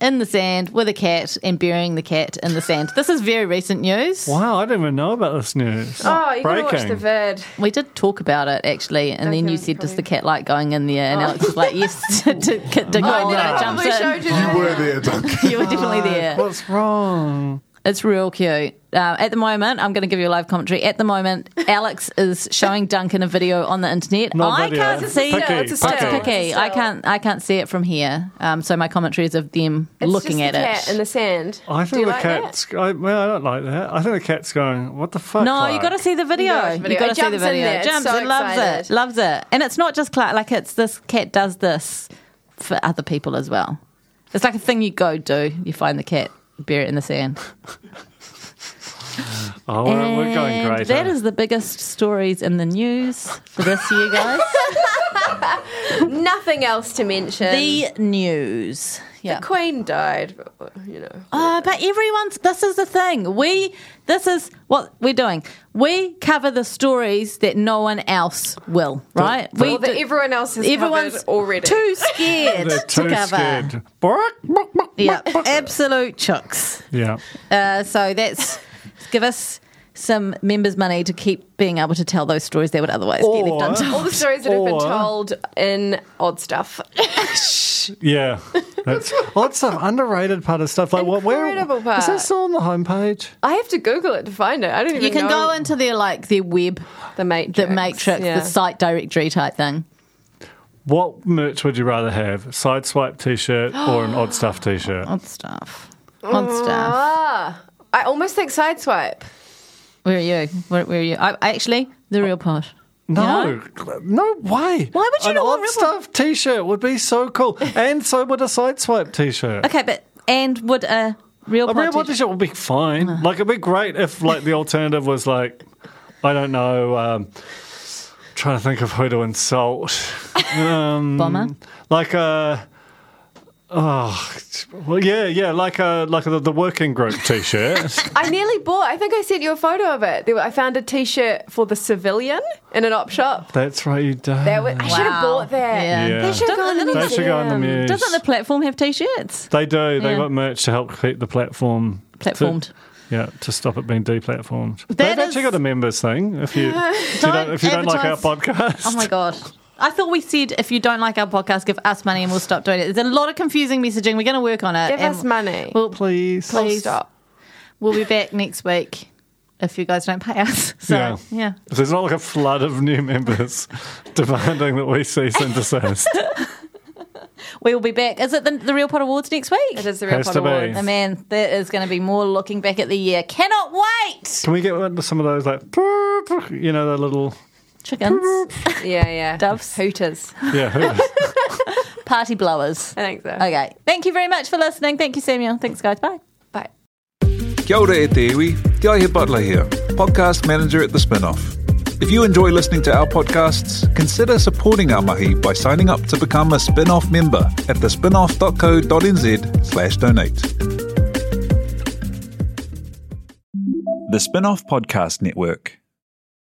Speaker 1: in the sand with a cat and burying the cat in the sand. This is very recent news.
Speaker 2: Wow, I didn't even know about this news.
Speaker 3: Oh, you gotta
Speaker 2: Breaking.
Speaker 3: watch the vid.
Speaker 1: We did talk about it actually, and then
Speaker 3: Okay, Oh.
Speaker 1: you said, "Does the
Speaker 3: probably-
Speaker 1: cat like going in there?" And Alex was like, "Yes." to, to, to go
Speaker 3: I
Speaker 1: on,
Speaker 3: did.
Speaker 1: and it
Speaker 3: I
Speaker 1: jumps
Speaker 3: probably
Speaker 1: in.
Speaker 3: Oh, showed you. that.
Speaker 1: Oh.
Speaker 6: You were there, Duncan.
Speaker 1: You were definitely there.
Speaker 2: What's wrong?
Speaker 1: It's real cute. Um, at the moment, I'm going to give you a live commentary. At the moment, Alex is showing Duncan a video on the internet.
Speaker 2: Not
Speaker 1: I
Speaker 2: video.
Speaker 1: can't see
Speaker 2: Picky,
Speaker 1: it. It's
Speaker 3: a
Speaker 1: picky.
Speaker 3: still. It's a
Speaker 1: I
Speaker 3: still.
Speaker 1: can't. I can't see it from here. Um, so my commentary is of them
Speaker 3: It's
Speaker 1: looking
Speaker 3: just
Speaker 1: at
Speaker 3: the
Speaker 1: it.
Speaker 3: cat in the sand.
Speaker 2: I
Speaker 3: Do
Speaker 2: think
Speaker 3: you
Speaker 2: the
Speaker 3: like that?
Speaker 2: cat's. I, well, I don't like that. I think the cat's going. What the fuck?
Speaker 1: No, you
Speaker 2: Clark?"
Speaker 1: got to see the video.
Speaker 3: You gotta watch the video.
Speaker 1: You got to
Speaker 3: It
Speaker 1: see the
Speaker 3: jumps in
Speaker 1: video.
Speaker 3: there. It's
Speaker 1: Jumps
Speaker 3: so
Speaker 1: and loves it.
Speaker 3: excited.
Speaker 1: Loves it. And it's not just Clark. Like it's this cat does this for other people as well. It's like a thing you go do. You find the cat, bury it in the sand.
Speaker 2: Oh, we're, we're going
Speaker 1: And
Speaker 2: great.
Speaker 1: That
Speaker 2: eh?
Speaker 1: is the biggest stories in the news for this year, guys.
Speaker 3: Nothing else to mention.
Speaker 1: the news. Yeah.
Speaker 3: Queen died, but, you know.
Speaker 1: Uh, but everyone's. This is the thing. We. This is what we're doing. We cover the stories that no one else will. Right. we
Speaker 3: Well, that
Speaker 1: do-
Speaker 3: everyone else has
Speaker 1: Everyone's
Speaker 3: covered already.
Speaker 1: too scared
Speaker 2: They're
Speaker 1: to
Speaker 2: too
Speaker 1: cover.
Speaker 2: scared. Bark, bark, bark.
Speaker 1: Yeah, absolute chooks.
Speaker 2: Yeah.
Speaker 1: Uh, so that's give us some members' money to keep being able to tell those stories they would otherwise get left
Speaker 2: Or-
Speaker 3: All
Speaker 1: untold.
Speaker 3: the stories that have been
Speaker 2: Or-
Speaker 3: told in odd stuff.
Speaker 2: Yeah. That's lots of underrated part of stuff. Like what? Where?
Speaker 3: Incredible part.
Speaker 2: Is that still on the homepage?
Speaker 3: I have to Google it to find it. I don't even
Speaker 1: You can
Speaker 3: know
Speaker 1: go into their like their web,
Speaker 3: the Matrix.
Speaker 1: the matrix,
Speaker 3: Yeah.
Speaker 1: the site directory type thing.
Speaker 2: What merch would you rather have? Sideswipe T-shirt or an Odd Stuff T-shirt?
Speaker 1: Odd stuff. Odd stuff.
Speaker 3: Ah, I almost think Sideswipe.
Speaker 1: Where are you? Where, where are you? I, actually, the real pot.
Speaker 2: No, no way.
Speaker 1: Why would you
Speaker 2: An
Speaker 1: not want
Speaker 2: Odd
Speaker 1: Rebel?
Speaker 2: Stuff T-shirt would be so cool, and so would a Sideswipe T-shirt.
Speaker 1: Okay, but and would a real
Speaker 2: A
Speaker 1: pot?
Speaker 2: Red Bull T-shirt would be fine.
Speaker 1: Uh.
Speaker 2: Like it'd be great if like the alternative was like, I don't know. Um, trying to think of who to insult.
Speaker 3: Mm,
Speaker 1: bomber?
Speaker 2: Like uh, Oh, well, yeah, yeah, like a like a, the working group T-shirt.
Speaker 3: I nearly bought. I think I sent you a photo of it. There were- I found a T-shirt for the civilian in an op shop.
Speaker 2: That's right, you did.
Speaker 3: That was, I should have bought that.
Speaker 1: Yeah.
Speaker 2: Yeah.
Speaker 3: They should have gone in the
Speaker 2: They should go in the
Speaker 3: museum.
Speaker 2: muse.
Speaker 1: Doesn't the platform have t-shirts?
Speaker 2: They do. They
Speaker 1: Yeah.
Speaker 2: got merch to help keep the platform to-
Speaker 1: Platformed.
Speaker 2: yeah, to stop it being deplatformed.
Speaker 1: That
Speaker 2: They've actually
Speaker 1: is-
Speaker 2: got a members thing. If you, if you don't, if you don't like our
Speaker 1: advertise-
Speaker 2: podcast,
Speaker 1: Oh my god. I thought we said if you don't like our podcast, give us money and we'll stop doing it. There's a lot of confusing messaging. We're going to work on it.
Speaker 3: Give
Speaker 1: and
Speaker 3: us money.
Speaker 1: We'll,
Speaker 2: please,
Speaker 3: Full
Speaker 1: please.
Speaker 3: stop.
Speaker 1: we'll be back next week if you guys don't pay us. So, yeah.
Speaker 2: If there's not like a flood of new members demanding that we cease and desist,
Speaker 1: We will be back. Is it the, the Real Pod Awards next week?
Speaker 3: It is the real
Speaker 2: Has
Speaker 3: pot
Speaker 2: to be.
Speaker 3: awards.
Speaker 1: Oh, man, there is going to be more looking back at the year. Cannot wait!
Speaker 2: can we get one of some of those like, you know, the little
Speaker 1: Chickens,
Speaker 3: Yeah, yeah.
Speaker 1: Doves.
Speaker 3: hooters. I
Speaker 2: yeah, who-
Speaker 1: party blowers.
Speaker 3: think so.
Speaker 1: Okay. Thank you very much for listening. Thank you, Samuel. Thanks, guys. Bye.
Speaker 3: Bye.
Speaker 8: Kia ora e te iwi, Te Aihe Butler here, podcast manager at The Spinoff. If you enjoy listening to our podcasts, consider supporting our mahi by signing up to become a Spinoff member at thespinoff.co.nz slash donate. The Spinoff Podcast Network.